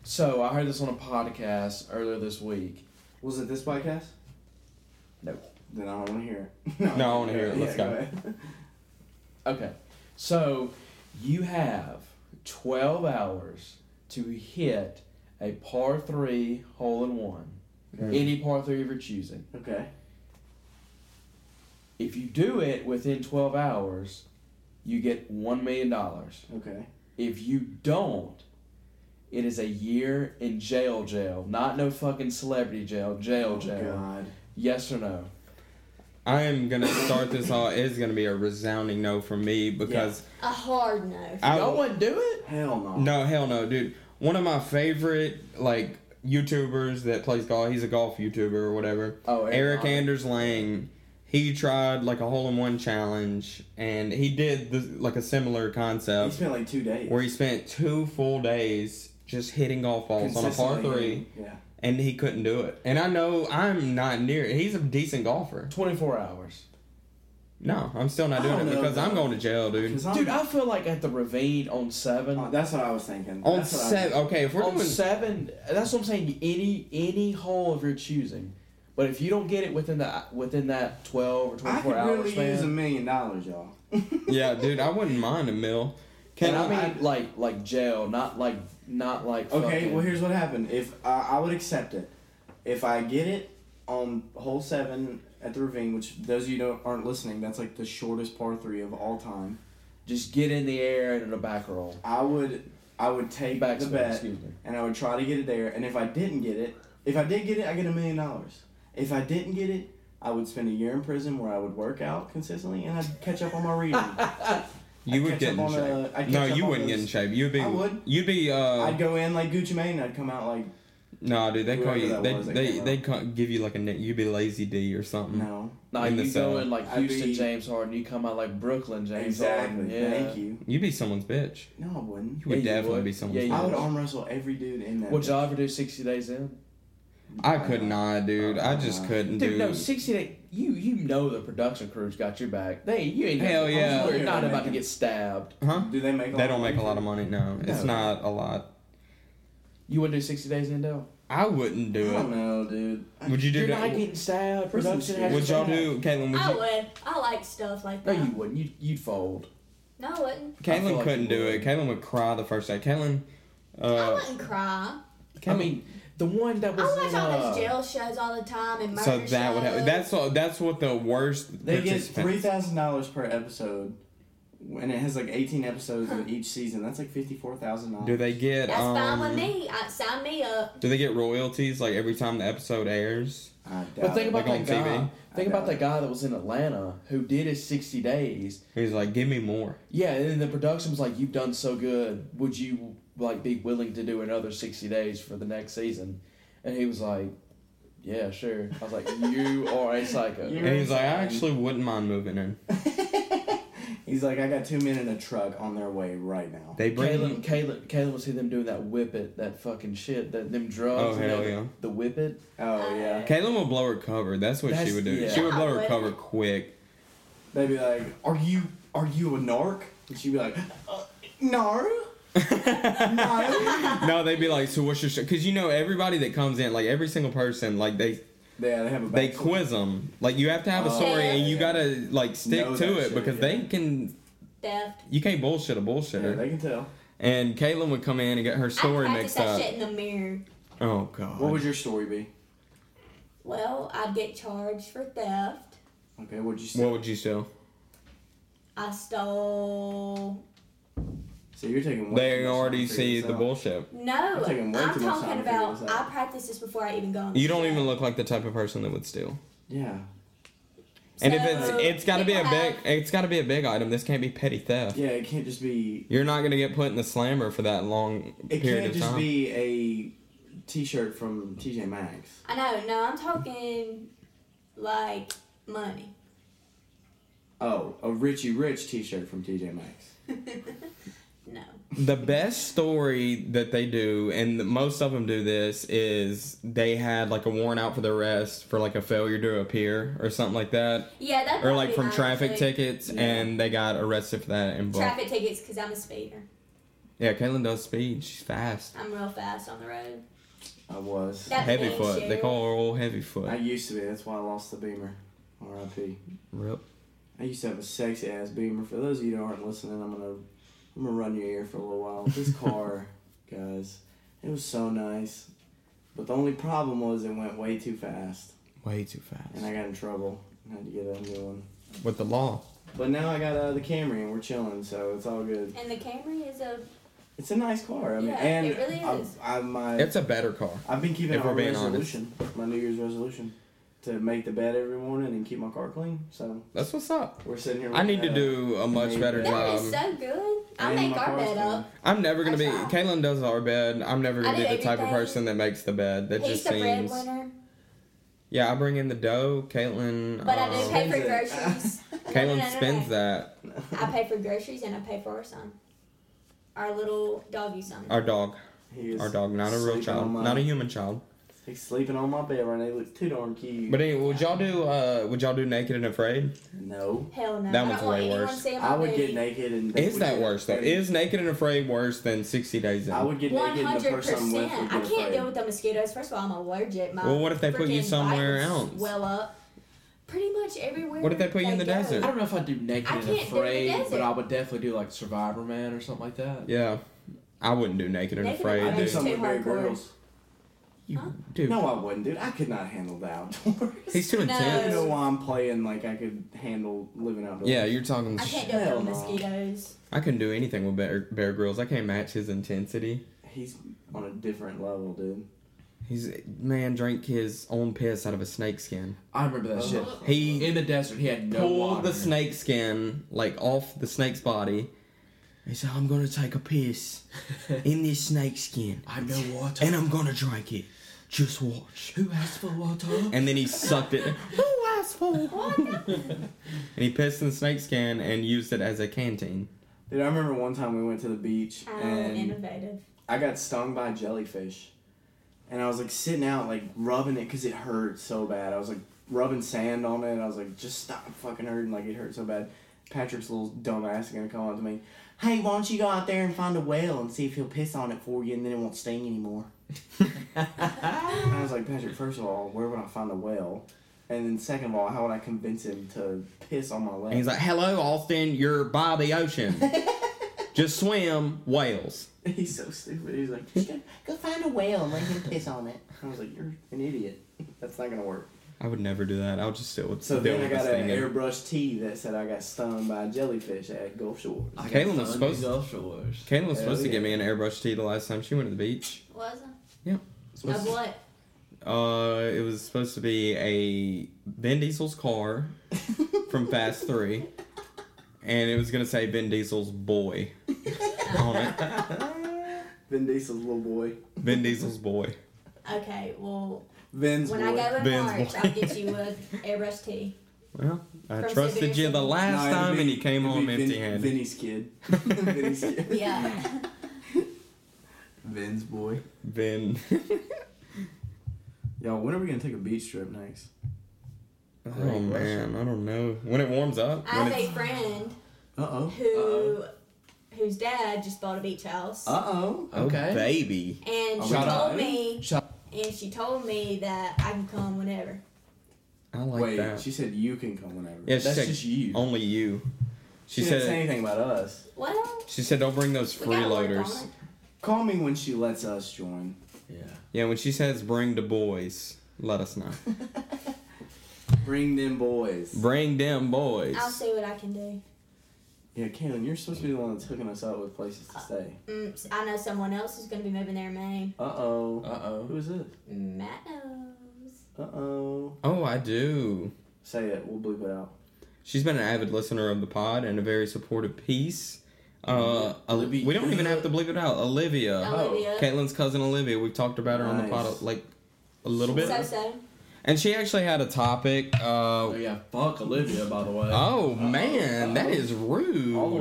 So I heard this on a podcast earlier this week. Was it this podcast? No. Then I don't want to hear it. No, I wanna hear it. Let's go. ahead. Okay. So you have 12 hours to hit a par 3 hole in one. Mm-hmm. Any par 3 of your choosing. Okay. If you do it within 12 hours, you get $1 million. Okay. If you don't, it is a year in jail, jail. Not no fucking celebrity jail, jail, Oh, jail. God. Yes or no? I am gonna start this all. It is gonna be a resounding no from me because A hard no. I Y'all wouldn't do it? Hell no. no hell no, dude. One of my favorite like YouTubers that plays golf. He's a golf YouTuber or whatever. Oh, Eric Eric Andre. Anders Lang. He tried like a hole in one challenge, and he did the, like a similar He concept. spent like two days. where he spent two full days just hitting golf balls on a par Consistently three, hitting. Yeah. and he couldn't do it. And I know I'm not near. He's a decent golfer. 24 hours. No, I'm still not I doing it don't know, because I'm though. going to jail, dude. 'Cause I'm- Dude, I feel like at the ravine on 7. Oh, that's what I was thinking. On That's what I was- seven, okay. If we're on doing, seven. That's what I'm saying. Any any hole of your choosing, but if you don't get it within the within that twelve or I twenty could four really hours, use a man. million dollars, y'all. <laughs> yeah, dude, I wouldn't mind a mill. Can And I I mean, like like jail, not like not like. Okay, fucking- well here's what happened. If I I would accept it, if I get it on hole seven at the ravine, which those of you don't aren't listening, that's like the shortest par three of all time. just get in the air and in a back roll. I would I would take Backspin, the bet excuse me. and I would try to get it there. And if I didn't get it, if I did get it, I get a million dollars. If I didn't get it, I would spend a year in prison where I would work out consistently and I'd catch up on my <laughs> reading. you I'd would catch get up in on, shape. uh, I'd no, catch up you on wouldn't get in those- shape. You'd be. I would. You'd be. Uh, I'd go in like Gucci Mane and I'd come out like No, dude, they call Whoever you. that They was that they came they up. ca- give you like a nick. You be lazy D or something. No. Nah, In the you go cell. in like I'd Houston be- James Harden, you come out like Brooklyn James Exactly. Harden. Yeah. Thank you. You be someone's bitch. No, I wouldn't. You would Yeah, you definitely would. be someone's. Yeah, bitch. I you would arm wrestle every dude in that. Would y'all ever do 60 days in? I could not, dude. I just couldn't, Dude, dude. no, 60 days. You you know the production crew's got your back. They you ain't Hell I'm yeah. sure You're not Yeah, about to man. get stabbed. huh? Do they make? They don't make a lot of money. No, it's No. not a lot. You wouldn't do 60 days in Dell. I wouldn't I do don't it. know, dude. I- Would you do You're not that? getting stabbed. Prison Production shit. has Would your y'all back. do, Caitlin? I Would you? would. I like stuff like No, that. you wouldn't. You'd you'd fold. No, I wouldn't. I feel Caitlin like couldn't you do would. it. Caitlin would cry the first day. Caitlin, I uh, wouldn't cry. Caitlin- I mean, the one that I was watch in, all those uh, jail shows all the time and murder so that would happen. shows. That's all. That's what the worst. They get participant- three thousand dollars per episode, and it has like eighteen episodes in each season. That's like fifty four thousand dollars. Do they get? That's um, fine with me. I, sign me up. Do they get royalties like every time the episode airs? I doubt But think it. about Like that on guy. TV? Think I doubt about that guy that was in Atlanta who did his 60 days. He's like, give me more. Yeah, and then the production was like, "You've done so good. Would you like be willing to do another 60 days for the next season?" And he was like, "Yeah, sure." I was like, "You are a psycho." You're- And he's like, I Exactly. actually wouldn't mind moving in. He's like, I got two men in a truck on their way right now. They bring. Caleb, Caleb, Caleb will see them doing that whip it, that fucking shit, that them drugs. Oh, and hell that- yeah. The whip it. Oh yeah. Caitlin will blow her cover. That's what she That's- would do. yeah. She would blow her Yeah. cover quick. They'd be like, Are you are you a narc? And she'd be like, uh, No. no. No, they'd be like, "So what's your?" Because you know everybody that comes in, like every single person, like they Yeah, they have a they backstory. quiz them. Like you have to have a Oh, story, yeah, and you yeah. gotta like stick Know to that it shit, because yeah. they can. Theft. You can't bullshit a Yeah, bullshitter. they can tell. and Caitlin would come in and get her story I practice mixed that up. shit in the mirror. Oh god. What would your story be? Well, I'd get charged for theft. Okay, what'd you say? what would you sell? I stole. so you're taking. way too They much time already to see figure the this out. bullshit. No, I'm taking I'm, way too much time talking to figure about. this out. I practiced this before I even go on. the You don't show. even look like the type of person that would steal. Yeah. And if it's So, it's got to be a people big have- it's got to be a big item. This can't be petty theft. Yeah, it can't just be You're not gonna get put in the slammer for that long It period can't of just time. be a T-shirt from TJ Maxx. I know. No, I'm talking like money. Oh, a Richie Rich T-shirt from TJ Maxx. No. the best story that they do, and most of them do this, is they had like a warrant out for the arrest for like a failure to appear or something like that, Yeah, that. or like from traffic tickets, Yeah. and they got arrested for that. And booked. Traffic tickets, because I'm a speeder. yeah, Caitlin does speed. She's fast. I'm real fast on the road. I was. That Heavy being foot. They shared. call her old heavy I foot. used to be. That's why I lost the Beamer. R.I.P. Rip. I used to have a sexy ass Beamer. For those of you that aren't listening, I'm gonna I'm gonna run your ear for a little while. <laughs> This car, guys, it was so nice, but the only problem was it went way too fast, Way too and I fast. got in trouble. I had to get a new one. With the law. But now I got uh, the Camry, and we're chilling, so it's all good. And the Camry is a. It's a nice car. I mean, Yeah, and it really I, is. I, my It's a better car. I've been keeping If we're my being resolution, my New Year's resolution, to make the bed every morning and keep my car clean. So That's what's up. we're sitting here. I need to uh, do a much Amazing. better That job. is so good. I and make my our car's bed clean. up. I'm never gonna be. I try. Caitlin does our bed. I'm never gonna I be do the type of everything. person that makes the bed. That He's just the seems. breadwinner, Yeah, I bring in the dough. Caitlin. but I do um, pay for Oh. Spends it. <laughs> groceries. <laughs> Caitlin No, no, no, no, spends no. that. I pay for groceries and I pay for our son, our little doggy son. Our dog. He is Our dog. Not a real sleeping child. on my- Not a human child. He's sleeping on my bed right now. He looks too darn cute. But anyway, would y'all do? Uh, would y'all do naked and afraid? no, Hell no. That I one's don't want way anyone worse. seeing my I would booty. get naked and. they Is would that get- worse though? Is naked and afraid worse than 60 days in? I would get One naked and the hundred person I'm with would percent. I get can't afraid. deal with the mosquitoes. First of all, I'm allergic. My Well, what if they put you freaking somewhere vitals else? Well, up. Pretty much everywhere. What if they put you in the go. desert? I don't know if I'd do naked I can't and do the afraid, desert. but I would definitely do like Survivor Man or something like that. Yeah, I wouldn't do naked and Naked and afraid. I Afraid. knew Dude. It's something too with Barry hardcore. Girls. You, Huh? dude, No, I wouldn't, dude. I could not handle the <laughs> outdoors. he's too No. I don't intense. know why I'm playing like I could handle living outdoors. Yeah, you're talking. I sh- can't deal Hell with no. mosquitoes. I couldn't do anything with Bear, Bear Grylls. I can't match his intensity. He's on a different level, dude. He's man drank his own piss out of a snake skin. I remember Oh. that shit. He In the desert, he had no pulled water. the snake skin like off the snake's body, He said, I'm gonna take a <laughs> piss in this snake skin I know water. and I'm gonna drink it. Just watch. Who asked for water? And then he sucked it. <laughs> Who asked <laughs> for? What? And he pissed in the snake skin and used it as a canteen. Dude, I remember one time we went to the beach How and innovative. I got stung by a jellyfish, and I was like sitting out, like rubbing it because it hurt so bad. I was like rubbing sand on it. I was like, just stop fucking hurting, like it hurt so bad. Patrick's little dumbass is gonna come up to me. Hey, why don't you go out there and find a whale and see if he'll piss on it for you, and then it won't sting anymore. And I was like, Patrick, first of all, where would I find a whale? And then second of all, how would I convince him to piss on my leg? And he's like, "Hello, Austin. You're by the ocean. <laughs> Just swim, whales." <laughs> He's so stupid. He's like, "Just go, go find a whale and let him piss on it. I was like, you're an idiot. That's not gonna work. I would never do that. I'll just deal with. So deal then I with this got an thing. airbrush tee that said I got stung by a jellyfish at Gulf Shores. I Caitlin got was fun supposed- these Ultra Wars. Caitlin was Hell supposed to yeah. get me an airbrush tee the last time she went to the beach. Was it? Of Was- what? Uh, it was supposed to be a Ben Diesel's <laughs> car from Fast Three, and it was gonna say Ben Diesel's <laughs> boy on it. Vin Diesel's little boy. Ben Diesel's boy. Okay, well, Vin's when boy. I go in Ben's March, boy. I'll get you a airbrush tea. Well, I From trusted you the Sebastian. No, last it'd time, be- and you came it'd be home Vin- empty-handed. <laughs> Vinny's kid. Vinny's kid. <laughs> Yeah. Vin's boy. Ben. <laughs> Yo, when are we gonna take a beach trip next? Oh man, I don't know. When it warms up, I when have a it's, friend Uh oh. who, whose dad just bought a beach house, Uh oh. oh, Okay. baby. and Are she we told driving? me, Shut- and she told me that I can come whenever. I like Wait, that. she said you can come whenever. yeah, she That's said just you. only you. She, She, said. didn't say anything about us. Well, she said, "Don't bring those we gotta work on freeloaders." it. Call me when she lets us join. Yeah. Yeah, when she says, "Bring the boys," let us <laughs> know. <laughs> Bring them boys. Bring them boys. I'll see what I can do. Yeah, Kaylin, you're supposed to be the one that's hooking us up with places to stay. Mm, s- I know someone else is going to be moving there in May. Uh oh. Uh oh. Who is it? Matt knows. Uh oh. Oh, I do. Say it. We'll bleep it out. She's been an avid listener of the pod and a very supportive piece. Uh, Olivia. we don't even have to bleep it out. Olivia, Olivia. Caitlin's cousin Olivia. We've talked about her on the Oh. Nice. pod like a little bit, So so. and she actually had a topic. Uh, Oh yeah. Fuck Olivia, by the way. Oh man, that is All the way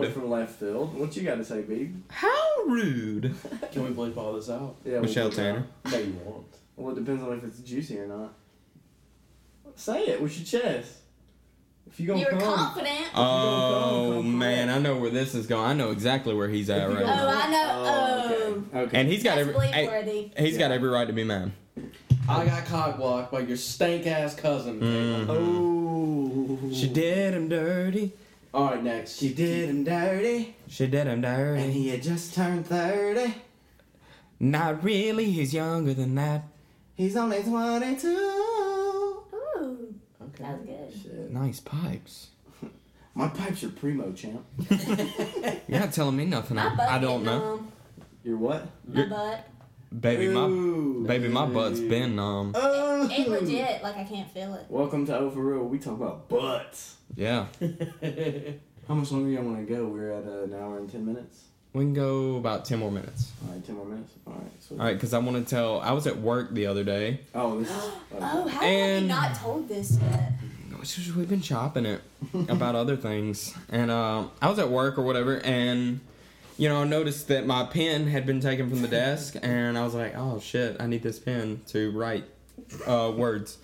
rude. from left field. What you got to say, Big? How rude. Can we bleep all this out? Yeah, we'll Michelle bleep it Tanner. out. No, you won't. Oh. Well, it depends on if it's juicy or not. Say it with your chest. If you gonna You were come. confident. Oh man, I know where this is going. I know exactly where he's at right Oh, now. I know. Oh. okay. okay. And he's got That's every hey, bleep-worthy. he's got every right to be mad. I got cock blocked by your stank ass Hmm. cousin. Caitlin. oh. She did him dirty. All right, next. She <laughs> did him dirty, She did him and dirty. he had just turned thirty. Not really, he's younger than that. He's only twenty-two. Ooh, Okay. that was good. Shit. Nice <laughs> pipes. My pipes are primo, champ. You're not telling me nothing. My I, butt I don't getting know. numb. You're what? <laughs> My butt. Baby, my Ooh. baby, my butt's been numb. Oh. It legit, like I can't feel it. Welcome to Over Real. We talk about butts. Yeah, How much longer y'all want to go? We're at uh, an hour and ten minutes. we can go about ten more minutes. All right, ten more minutes. All right. Sweet. All right, because I want to tell. I was at work the other day. Oh, <gasps> this. Is, Oh, how have And- you not told this yet? It's just We've been chopping it about other things, and uh, I was at work or whatever, and you know I noticed that my pen had been taken from the desk, and I was like, "Oh shit, I need this pen to write uh, words,"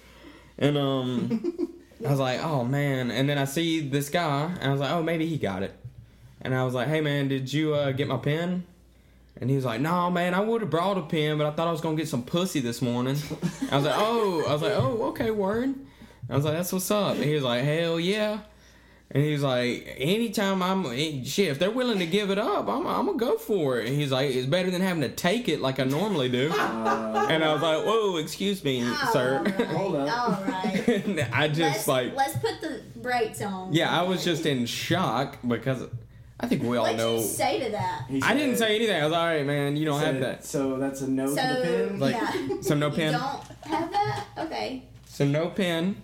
and um, I was like, "Oh man," and then I see this guy, and I was like, "Oh, maybe he got it," and I was like, "Hey man, did you uh, get my pen?" And he was like, "No, man, I would have brought a pen, but I thought I was gonna get some pussy this morning." I was like, "Oh," I was like, "Oh, okay, word." I was like, "That's what's up." And he was like, "Hell yeah." And he was like, anytime I'm eh, shit, if they're willing to give it up, I'm, I'm gonna go for it. And he's like, it's better than having to take it like I normally do. Uh, and I was like, whoa, excuse me, <laughs> sir. hold up. Oh, All right. And I <laughs> just let's, like, let's put the brakes on. yeah, I was just in shock because I think we all What'd know. you say to that? He I didn't said- say anything. I was like, all right, man, you don't have said- that. So that's a no So to the pin. Like- yeah, So no you pen. don't have that. Okay. So no pen.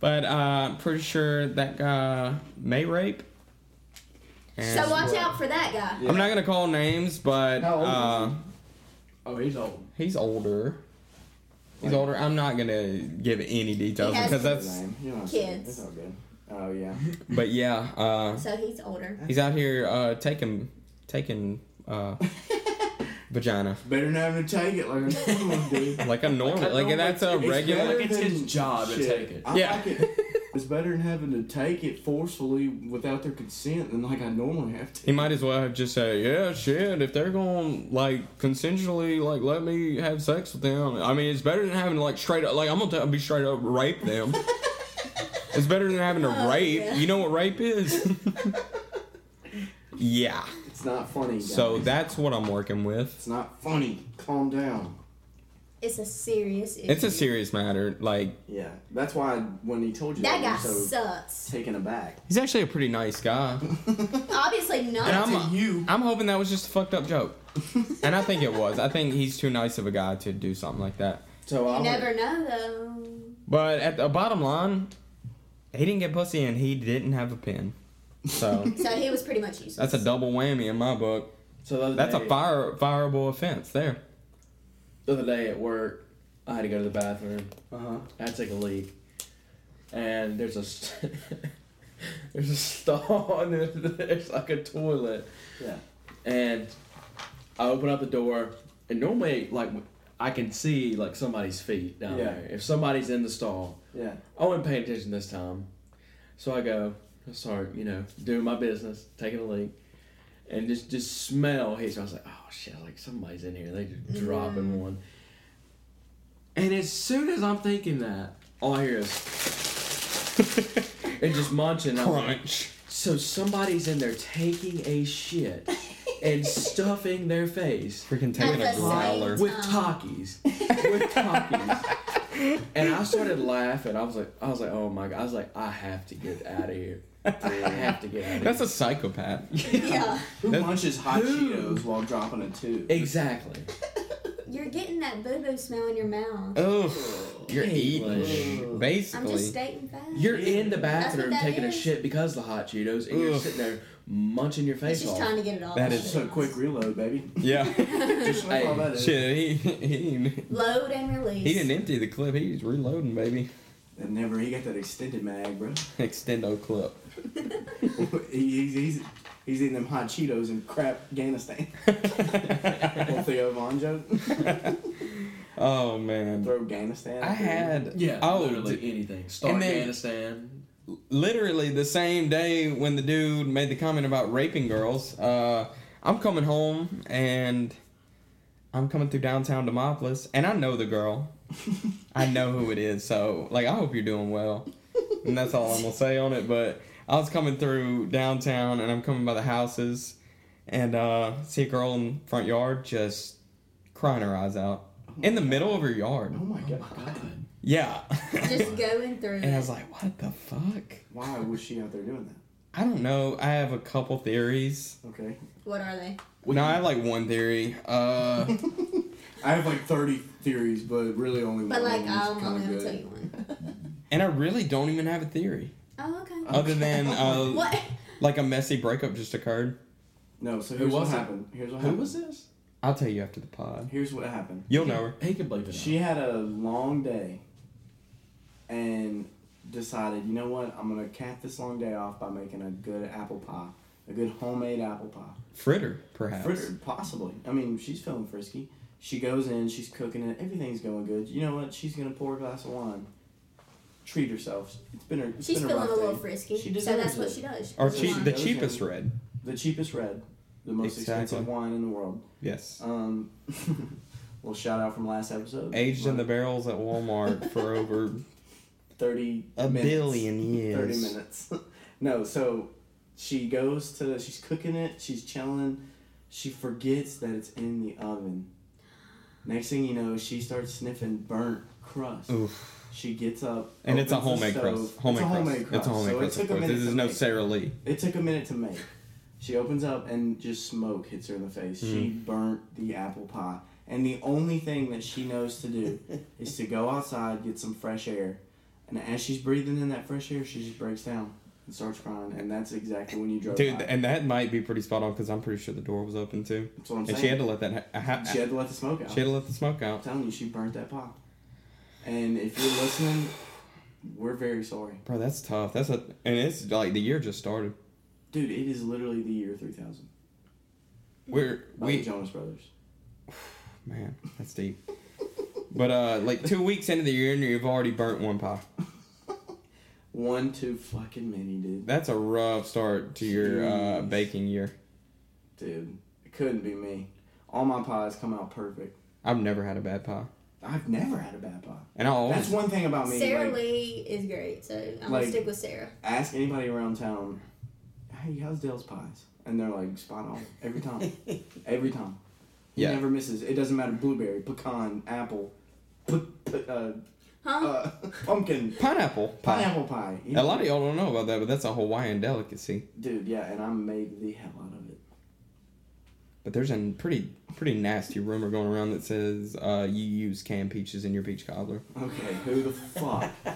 But uh, I'm pretty sure that guy may rape. And So watch out for that guy. I'm not gonna call names, but How old is uh, Oh, he's old. he's older. He's older. I'm not gonna give any details He has because that's. Name. You know, it's- Kids. It's all good. Oh yeah. But yeah, uh, So he's older. he's out here uh, taking taking <laughs> uh, vagina Better not even take it like a normal dude. like a normal like that's a It's regular. better Like, it's than- his job to shit, take it. I Yeah. like it. It's better than having to take it forcefully without their consent than like I normally have to. He might as well have just said, "Yeah, shit. If they're gonna like consensually like let me have sex with them, I mean, it's better than having like straight up like I'm gonna t- be straight up rape <laughs> them. it's better than having to Oh, rape. yeah. You know what rape <laughs> is? yeah. It's not funny. Guys. So that's what I'm working with. it's not funny. Calm down. It's a serious issue. It's a serious matter. Like Yeah, that's why when he told you That that, guy you were so sucks. taken aback. he's actually a pretty nice guy, Obviously and not. I'm you. I'm hoping that was just a fucked up <laughs> joke, and I think it was. I think he's too nice of a guy to do something like that. So You I would- never know though. But at the bottom line, he didn't get pussy and he didn't have a pen. <laughs> So So he was pretty much useless. that's <laughs> <laughs> a double whammy in my book. So the other That's a day- fire fireable offense there. the other day at work, I had to go to the bathroom. Uh huh. I had to take a leak, and there's a st- <laughs> there's a stall <laughs> and there's, there's like a toilet. Yeah. And I open up the door, and normally like I can see like somebody's feet down Yeah. there. If somebody's in the stall, Yeah. I wasn't paying attention this time, so I go I start you know doing my business, taking a leak. And just just smell hits. me. I was like, oh shit! Like somebody's in here. They just dropping one. And as soon as I'm thinking that, all I hear is and just munching. I'm like, <laughs> Crunch. so somebody's in there taking a shit and stuffing their face Freaking taking a That's the growler. same. <laughs> with talkies, with talkies. And I started laughing. I was like, I was like, oh my god! I was like, I have to get out of here. I have to get out of That's here. a psychopath. <laughs> yeah. Who That- munches hot Who? Cheetos while dropping a tube? exactly. You're getting that boo boo smell in your mouth. Oof. You're eating. shit. I'm just Basically. stating facts. You're in the That's what bathroom that taking is. a shit because of the hot Cheetos, and you're Ugh. sitting there munching your He's face just off. trying to get it all. That out. is So quick reload, baby. <laughs> Yeah. <laughs> Just like all that is. Shit, he, he Load and release. he didn't empty the clip. He's reloading, baby. And never he got that extended mag, bro. <laughs> Extendo clip. <laughs> he, he's, he's he's eating them hot Cheetos in crap Afghanistan. Old Theo Von joke. Oh man. Throw Afghanistan. I had Yeah, oh, literally d- anything. Start and then- Afghanistan. literally the same day when the dude made the comment about raping girls, uh, I'm coming home and I'm coming through downtown Demopolis, and I know the girl. I know who it is, so like I hope you're doing well, and that's all I'm gonna say on it. But I was coming through downtown, and I'm coming by the houses, and uh, see a girl in front yard just crying her eyes out in the middle of her yard. Oh my god. God. Yeah, Just going through. and I it. was like, what the fuck? Why was she out there doing that? I don't know. I have a couple theories. Okay. <laughs> What are they? No, I have like one theory. <laughs> Uh, I have like thirty theories, but really only But one. like, of them's I'm only kinda gonna good. tell you one. and I really don't even have a theory Oh, okay. other than <laughs> uh, <laughs> what? like a messy breakup just occurred. No, so here's what was it? happened. Here's what Who happened. was this? I'll tell you after the pod. Here's what happened. You'll know her. He can believe it. She had a long day and decided, you know what, I'm gonna cap this long day off by making a good apple pie. A good homemade apple pie. Fritter, perhaps. Frittered, possibly. I mean, she's feeling frisky. She goes in, she's cooking it, everything's going good. You know what? She's gonna pour a glass of wine. Treat herself. It's been her. it's She's been a feeling rough a little day. frisky. She so deserves that's what it. she does. Or She che- wants the it. Those cheapest are- red. The cheapest red, the most expensive Exactly. wine in the world. Yes. Um, <laughs> little shout out from last episode. Aged in the barrels at Walmart <laughs> for over Oh, thirty a minutes. billion years. <laughs> Thirty minutes. <laughs> no, so she goes to she's cooking it. She's chilling. She forgets that it's in the oven. Next thing you know, she starts sniffing burnt crust. Oof. She gets up, And it's a opens the homemade crust. stove. Homemade it's a crust. homemade crust. It's a homemade so crust, of It took a course. minute This is to no make. Sarah Lee. It took a minute to make. She opens up and just smoke hits her in the face. She Hmm. burnt the apple pie. And the only thing that she knows to do is to go outside, get some fresh air. And as she's breathing in that fresh air, she just breaks down. and starts crying, and that's exactly when you drove. Dude, by. and that might be pretty spot on because I'm pretty sure the door was open too. that's what I'm And saying. she had to let that. Ha- ha- she had to let the smoke out. she had to let the smoke I'm out. telling you, she burnt that pop. And if you're listening, we're very sorry, Bro, that's tough. That's a and it's like the year just started. dude. It is literally the year 3000 We're by the we Jonas Brothers. man, that's deep. But uh, like two weeks into the year, and you've already burnt one pie. One too fucking many, dude. That's a rough start to your uh, Jeez. baking year. Dude, it couldn't be me. All my pies come out perfect. I've never had a bad pie, I've never had a bad pie. and I always That's one thing about me. Sarah like, Lee is great, so I'm gonna like- stick with Sarah. ask anybody around town, hey, how's Dale's pies? And they're like, spot on. <laughs> Every time. Every time. He Yeah. never misses. It doesn't matter blueberry, pecan, apple, p- p- uh, Huh? uh, <laughs> pumpkin, pineapple <laughs> pie. pineapple pie. You A lot of y'all don't know about that, but that's a Hawaiian delicacy. Dude, yeah, and I made the hell out of it. But there's a pretty pretty nasty rumor going around that says uh, you use canned peaches in your peach cobbler. Okay, who the fuck? Uh,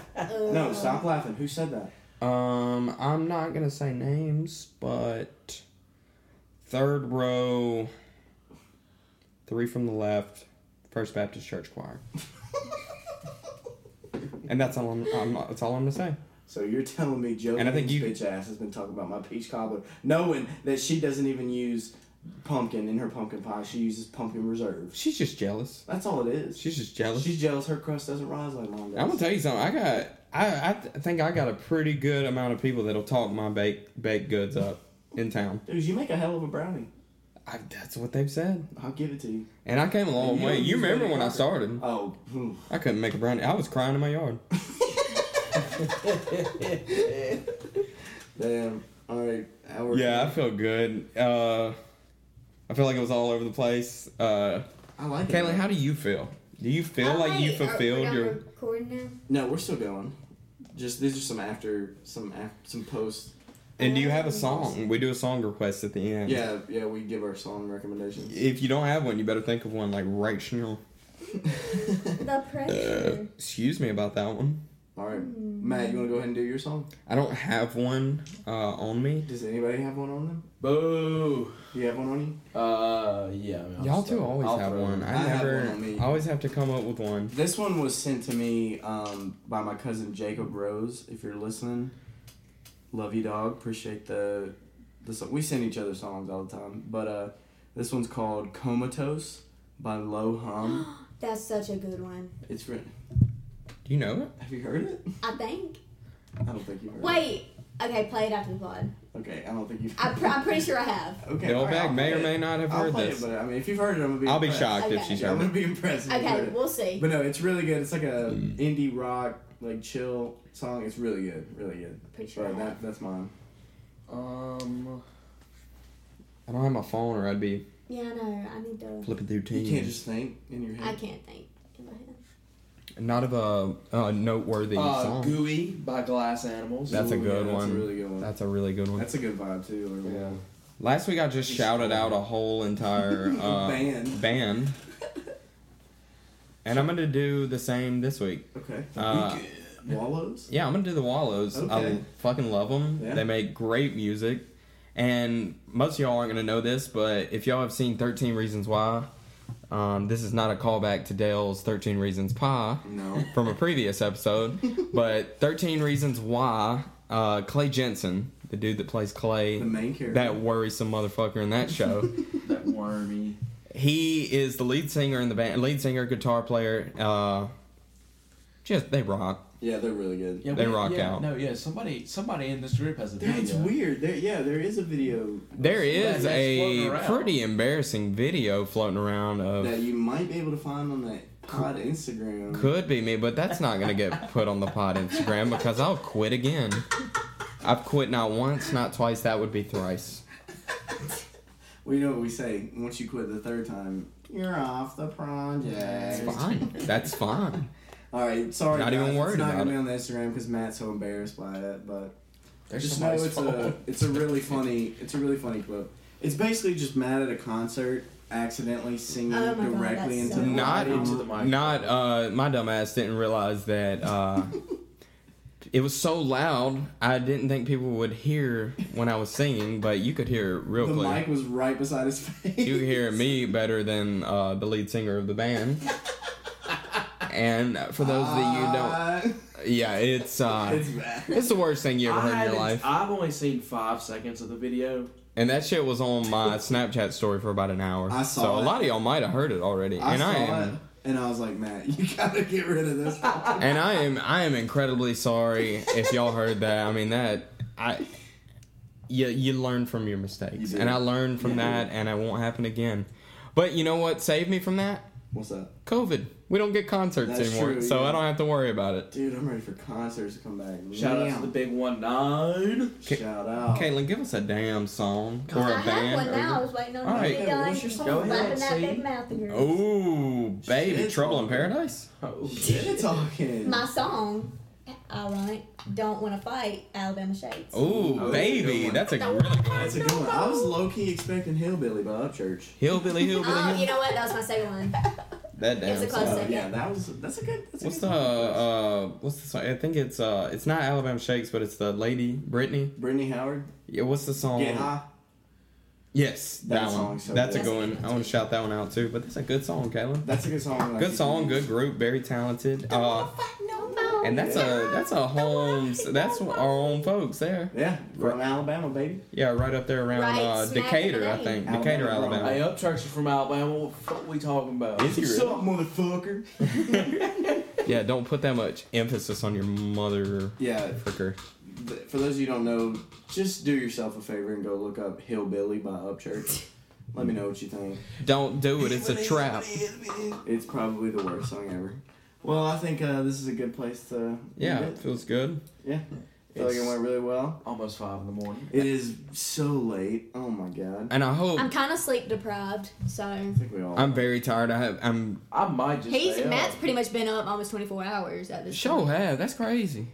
No, stop laughing. Who said that? Um, I'm not gonna say names, but third row, three from the left, First Baptist Church <laughs> Choir. and that's all I'm, I'm. That's all I'm gonna say. So you're <laughs> telling me Joe And I think Biden's you- bitch ass has been talking about my peach cobbler, knowing that she doesn't even use pumpkin in her pumpkin pie. She uses pumpkin reserve. She's just jealous. That's all it is. She's just jealous. She's jealous her crust doesn't rise like mine does. I'm gonna tell you something. I got. I, I th- think I got a pretty good amount of people that'll talk my bake baked goods up in town. Dude, you make a hell of a brownie. I, that's what they've said. I'll give it to you. And I came a long And you way. don't You use remember any when I cracker. started? Oh, phew. I couldn't make a brownie. I was crying in my yard. damn. All right, hour. Yeah, I feel good. Uh, I feel like it was all over the place. Uh, I like it. Caitlin, how do you feel? Do you feel Oh, like you wait, are- we're fulfilled done your? recording now? No, we're still going. Just these are some after, some af some post. And do you have a song? We do a song request at the end. Yeah, yeah, we give our song recommendations. If you don't have one, you better think of one like right uh, now. The pressure. Excuse me about that one. <laughs> All right, Matt, you want to go ahead and do your song? I don't have one uh, on me. Does anybody have one on them? Boo. Do you have one on you? Uh, yeah. I mean, Oh, I'll Y'all start. two always I'll have throw one. I I, have never. one on me. I always have to come up with one. This one was sent to me um, by my cousin Jacob Rose. If you're listening, love you, dog. Appreciate the the song. We send each other songs all the time, but uh, this one's called "Comatose" by Low <gasps> Hum. That's such a good one. It's written. Do you know it? Have you heard it? I think. I don't think you've heard it. Wait. Okay, play it after the pod. Okay, I don't think you've. I pr- I'm pretty sure I have. okay. Bill all right, I'll Bag may play or may it. not have I'll heard play this. it, but I mean, if you've heard it, I'm gonna be. I'll be impressed. shocked if Okay. she's Yeah, I'm heard gonna it. be impressed. if you've heard Okay, it. we'll see. But no, it's really good. It's like a Mm. indie rock, like chill song. It's really good, really good. Pretty sure I But have. that, that's mine. Uh, Um, I don't have my phone, or I'd be Yeah, I know. I need to. flipping through You teams. can't just think in your I head. can't think. in my head. Not of a, a noteworthy uh, song. Gooey by Glass Animals. That's a Ooh, good yeah, That's a one. really good one. That's a really good one. That's a good vibe too. Or Yeah. Last week I just shouted out a whole entire <laughs> <laughs> uh, Band. band. and I'm gonna do the same this week. Okay. Uh, Wallows. Yeah, I'm gonna do the Wallows. I Okay. fucking love them. Yeah. They make great music, and most of y'all aren't gonna know this, but if y'all have seen Thirteen Reasons Why, um, this is not a callback to Dale's Thirteen Reasons Pie <laughs> No. from a previous episode, but Thirteen Reasons Why, uh, Clay Jensen, the dude that plays Clay, The main character. that worrisome motherfucker in that <laughs> show. <laughs> That wormy. He is the lead singer in the band, lead singer, guitar player. Uh, just they rock. Yeah, they're really good. Yeah, They we- rock yeah, out. No, yeah, somebody, somebody in this group has a video. It's weird. There, yeah, there is a video There is that's floating a around. pretty embarrassing video floating around that of you might be able to find on that pod Instagram. could be me, but that's not gonna get put on the pod Instagram because I'll quit again. I've quit not once, not twice. That would be thrice. We know what we say. Once you quit the third time, you're off the project. That's fine. That's fine. All right, sorry. Not guys. even worried It's not about gonna be on the Instagram because Matt's so embarrassed by it. But There's just know somebody's it's a phone. it's a really funny it's a really funny clip. It's basically just Matt at a concert accidentally singing Oh my God, directly into that's so the Not Right mic. into the mic. not uh, my dumbass didn't realize that uh, it was so loud, I didn't think people would hear when I was singing, but you could hear it real The clear. mic was right beside his <laughs> face. you could hear me better than uh, the lead singer of the band. and for those that Uh, you don't, yeah, it's uh, It's it's, bad. the worst thing you ever I heard in haven't- your life. I've only seen five seconds of the video. and that shit was on my Snapchat story for about an hour. I saw so it. a lot of y'all might have heard it already. I and saw I am it, and I was like, Matt, you gotta get rid of this. <laughs> and I am I am incredibly sorry if y'all heard that. I mean that I you you learn from your mistakes, You do. and I learned from that, and it won't happen again. But you know what saved me from that? What's up, COVID. We don't get concerts That's anymore, true, so yeah. I don't have to worry about it. dude? I'm ready for concerts to come back. Shout out Damn. to the big one nine. Shout out. Caitlin, give us a damn song or I a have one band. now. I Or... was waiting on All you to right. be done. What's your song? Go ahead, Flapping that see. big mouth of yours. Oh, baby, Shit. Trouble in Paradise. Oh, Shit talking. My song, ironic, Don't Want to Fight, Alabama Shades. Ooh, that's a good baby, one. Oh, that's a Don't really good one. That's a good one. I was low key expecting Hillbilly by Upchurch. hillbilly, hillbilly. Oh, you hill- know what? That was my second <laughs> one. Uh, That It was damn a close song. Uh, second. yeah, that was that's a good. That's a What's the good song. uh what's the song? I think it's uh it's not Alabama Shakes, but it's the Lady Brittany. Brittany Howard? Yeah, what's the song? Get high. Yes, that, That one. song's so that's a good. good one. I want to shout that one out too. But that's a good song, Caitlin. That's a good song. Good song, good group, very talented. Uh, and that's a that's a homes. That's our own folks there. Yeah, from Alabama, baby. Yeah, right up there around Right uh, smack Decatur, I in the think. name. Decatur, Alabama. Alabama. Hey, uh, Upchurch is from Alabama. What the fuck we talking about? Is he really? Sup, motherfucker? <laughs> Yeah, don't put that much emphasis on your mother. Yeah, Fricker. th- for those of you who don't know, just do yourself a favor and go look up Hillbilly by Upchurch. Let me know what you think. Don't do it. It's a trap. It's probably the worst song ever. Well, I think uh, this is a good place to. end Yeah, it. it feels good. yeah. I feel like it It's- went really well. Almost five in the morning. It is so late. Oh my god. And I hope I'm kind of sleep deprived, so. I think we all. I'm very tired. I have, I'm I might just. He's, stay up. Matt's pretty much been up almost 24 hours at this show have. That's crazy.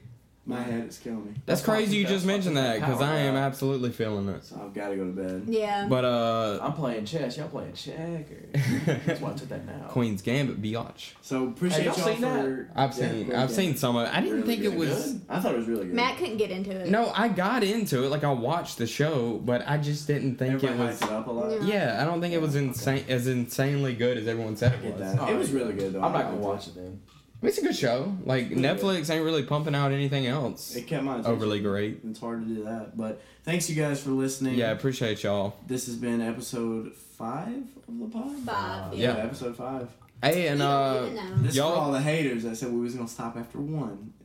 my head is killing me, That's That's why I crazy. think You that's just mentioned fucking that because power I am nap. absolutely feeling this. so I've got to go to bed. Yeah. But uh, I'm playing chess. Y'all playing checkers. <laughs> That's why I took that now. Queen's Gambit, biatch. So appreciate Hey, y'all y'all, seen that? for. I've Yeah, seen, Queen's I've seen Gambit. some of it. I didn't Really think it good. was. Good? I thought it was really good. Matt couldn't get into it. No, I got into it. Like I watched the show, but I just didn't think Everybody it was. hypes it up a lot. Yeah. Yeah, I don't think it was insane as insanely good as everyone said it Get was. that. It was really good though. I'm not I gonna liked watch it then. I mean, It's a good show. Like Netflix ain't really pumping out anything else It kept my attention. overly great. It's hard to do that, but thanks you guys for listening. Yeah, I appreciate y'all. This has been episode five of the pod. Five, yeah. episode five. Hey, and You uh, don't even know. This is for Y'all- all the haters that said we was gonna stop after one.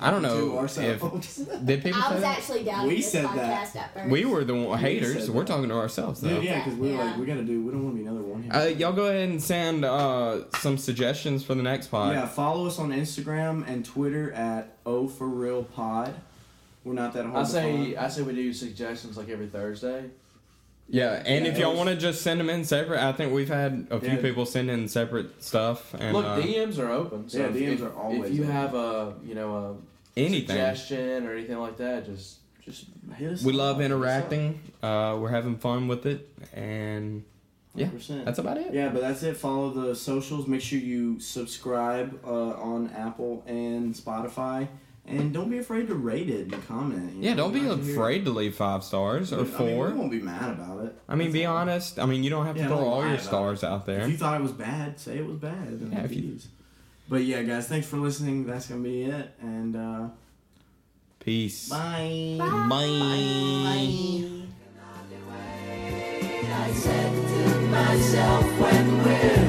I <laughs> don't Two know if <laughs> ourselves. did people I say was that? actually doubting We this said podcast that. at first. We were the one, haters. said We're that. talking to ourselves though. Dude, yeah, because we were like, Yeah. we gotta do. We don't want to be another one. Here. Uh, y'all go ahead and send uh, some suggestions for the next pod. yeah, follow us on Instagram and Twitter at O for Real Pod. We're not that hard. I to say find. I say we do suggestions like every Thursday. Yeah, and Yeah, if it y'all was- want to just send them in separate, I think we've had a few Yeah. people send in separate stuff and Look, uh, DMs are open. So Yeah, if- DMs if- are always If you open. have a you know a anything. suggestion or anything like that, just just hit us. We up. love Hit us up. interacting. Uh, we're having fun with it, and yeah, 100%. that's about it. Yeah, but that's it. Follow the socials. Make sure you subscribe uh, on Apple and Spotify, and don't be afraid to rate it and comment. you Yeah, know, don't be we'd like to hear- afraid to leave five stars or I mean, we four. won't be mad about it. I mean, That's be all. honest. I mean, you don't have to Yeah, throw don't all lie your about stars out there. If you thought it was bad, say it was bad. in the Yeah, if you- reviews. But yeah, guys, thanks for listening. That's gonna be it, and uh, Peace. bye. Bye. I said to myself when we're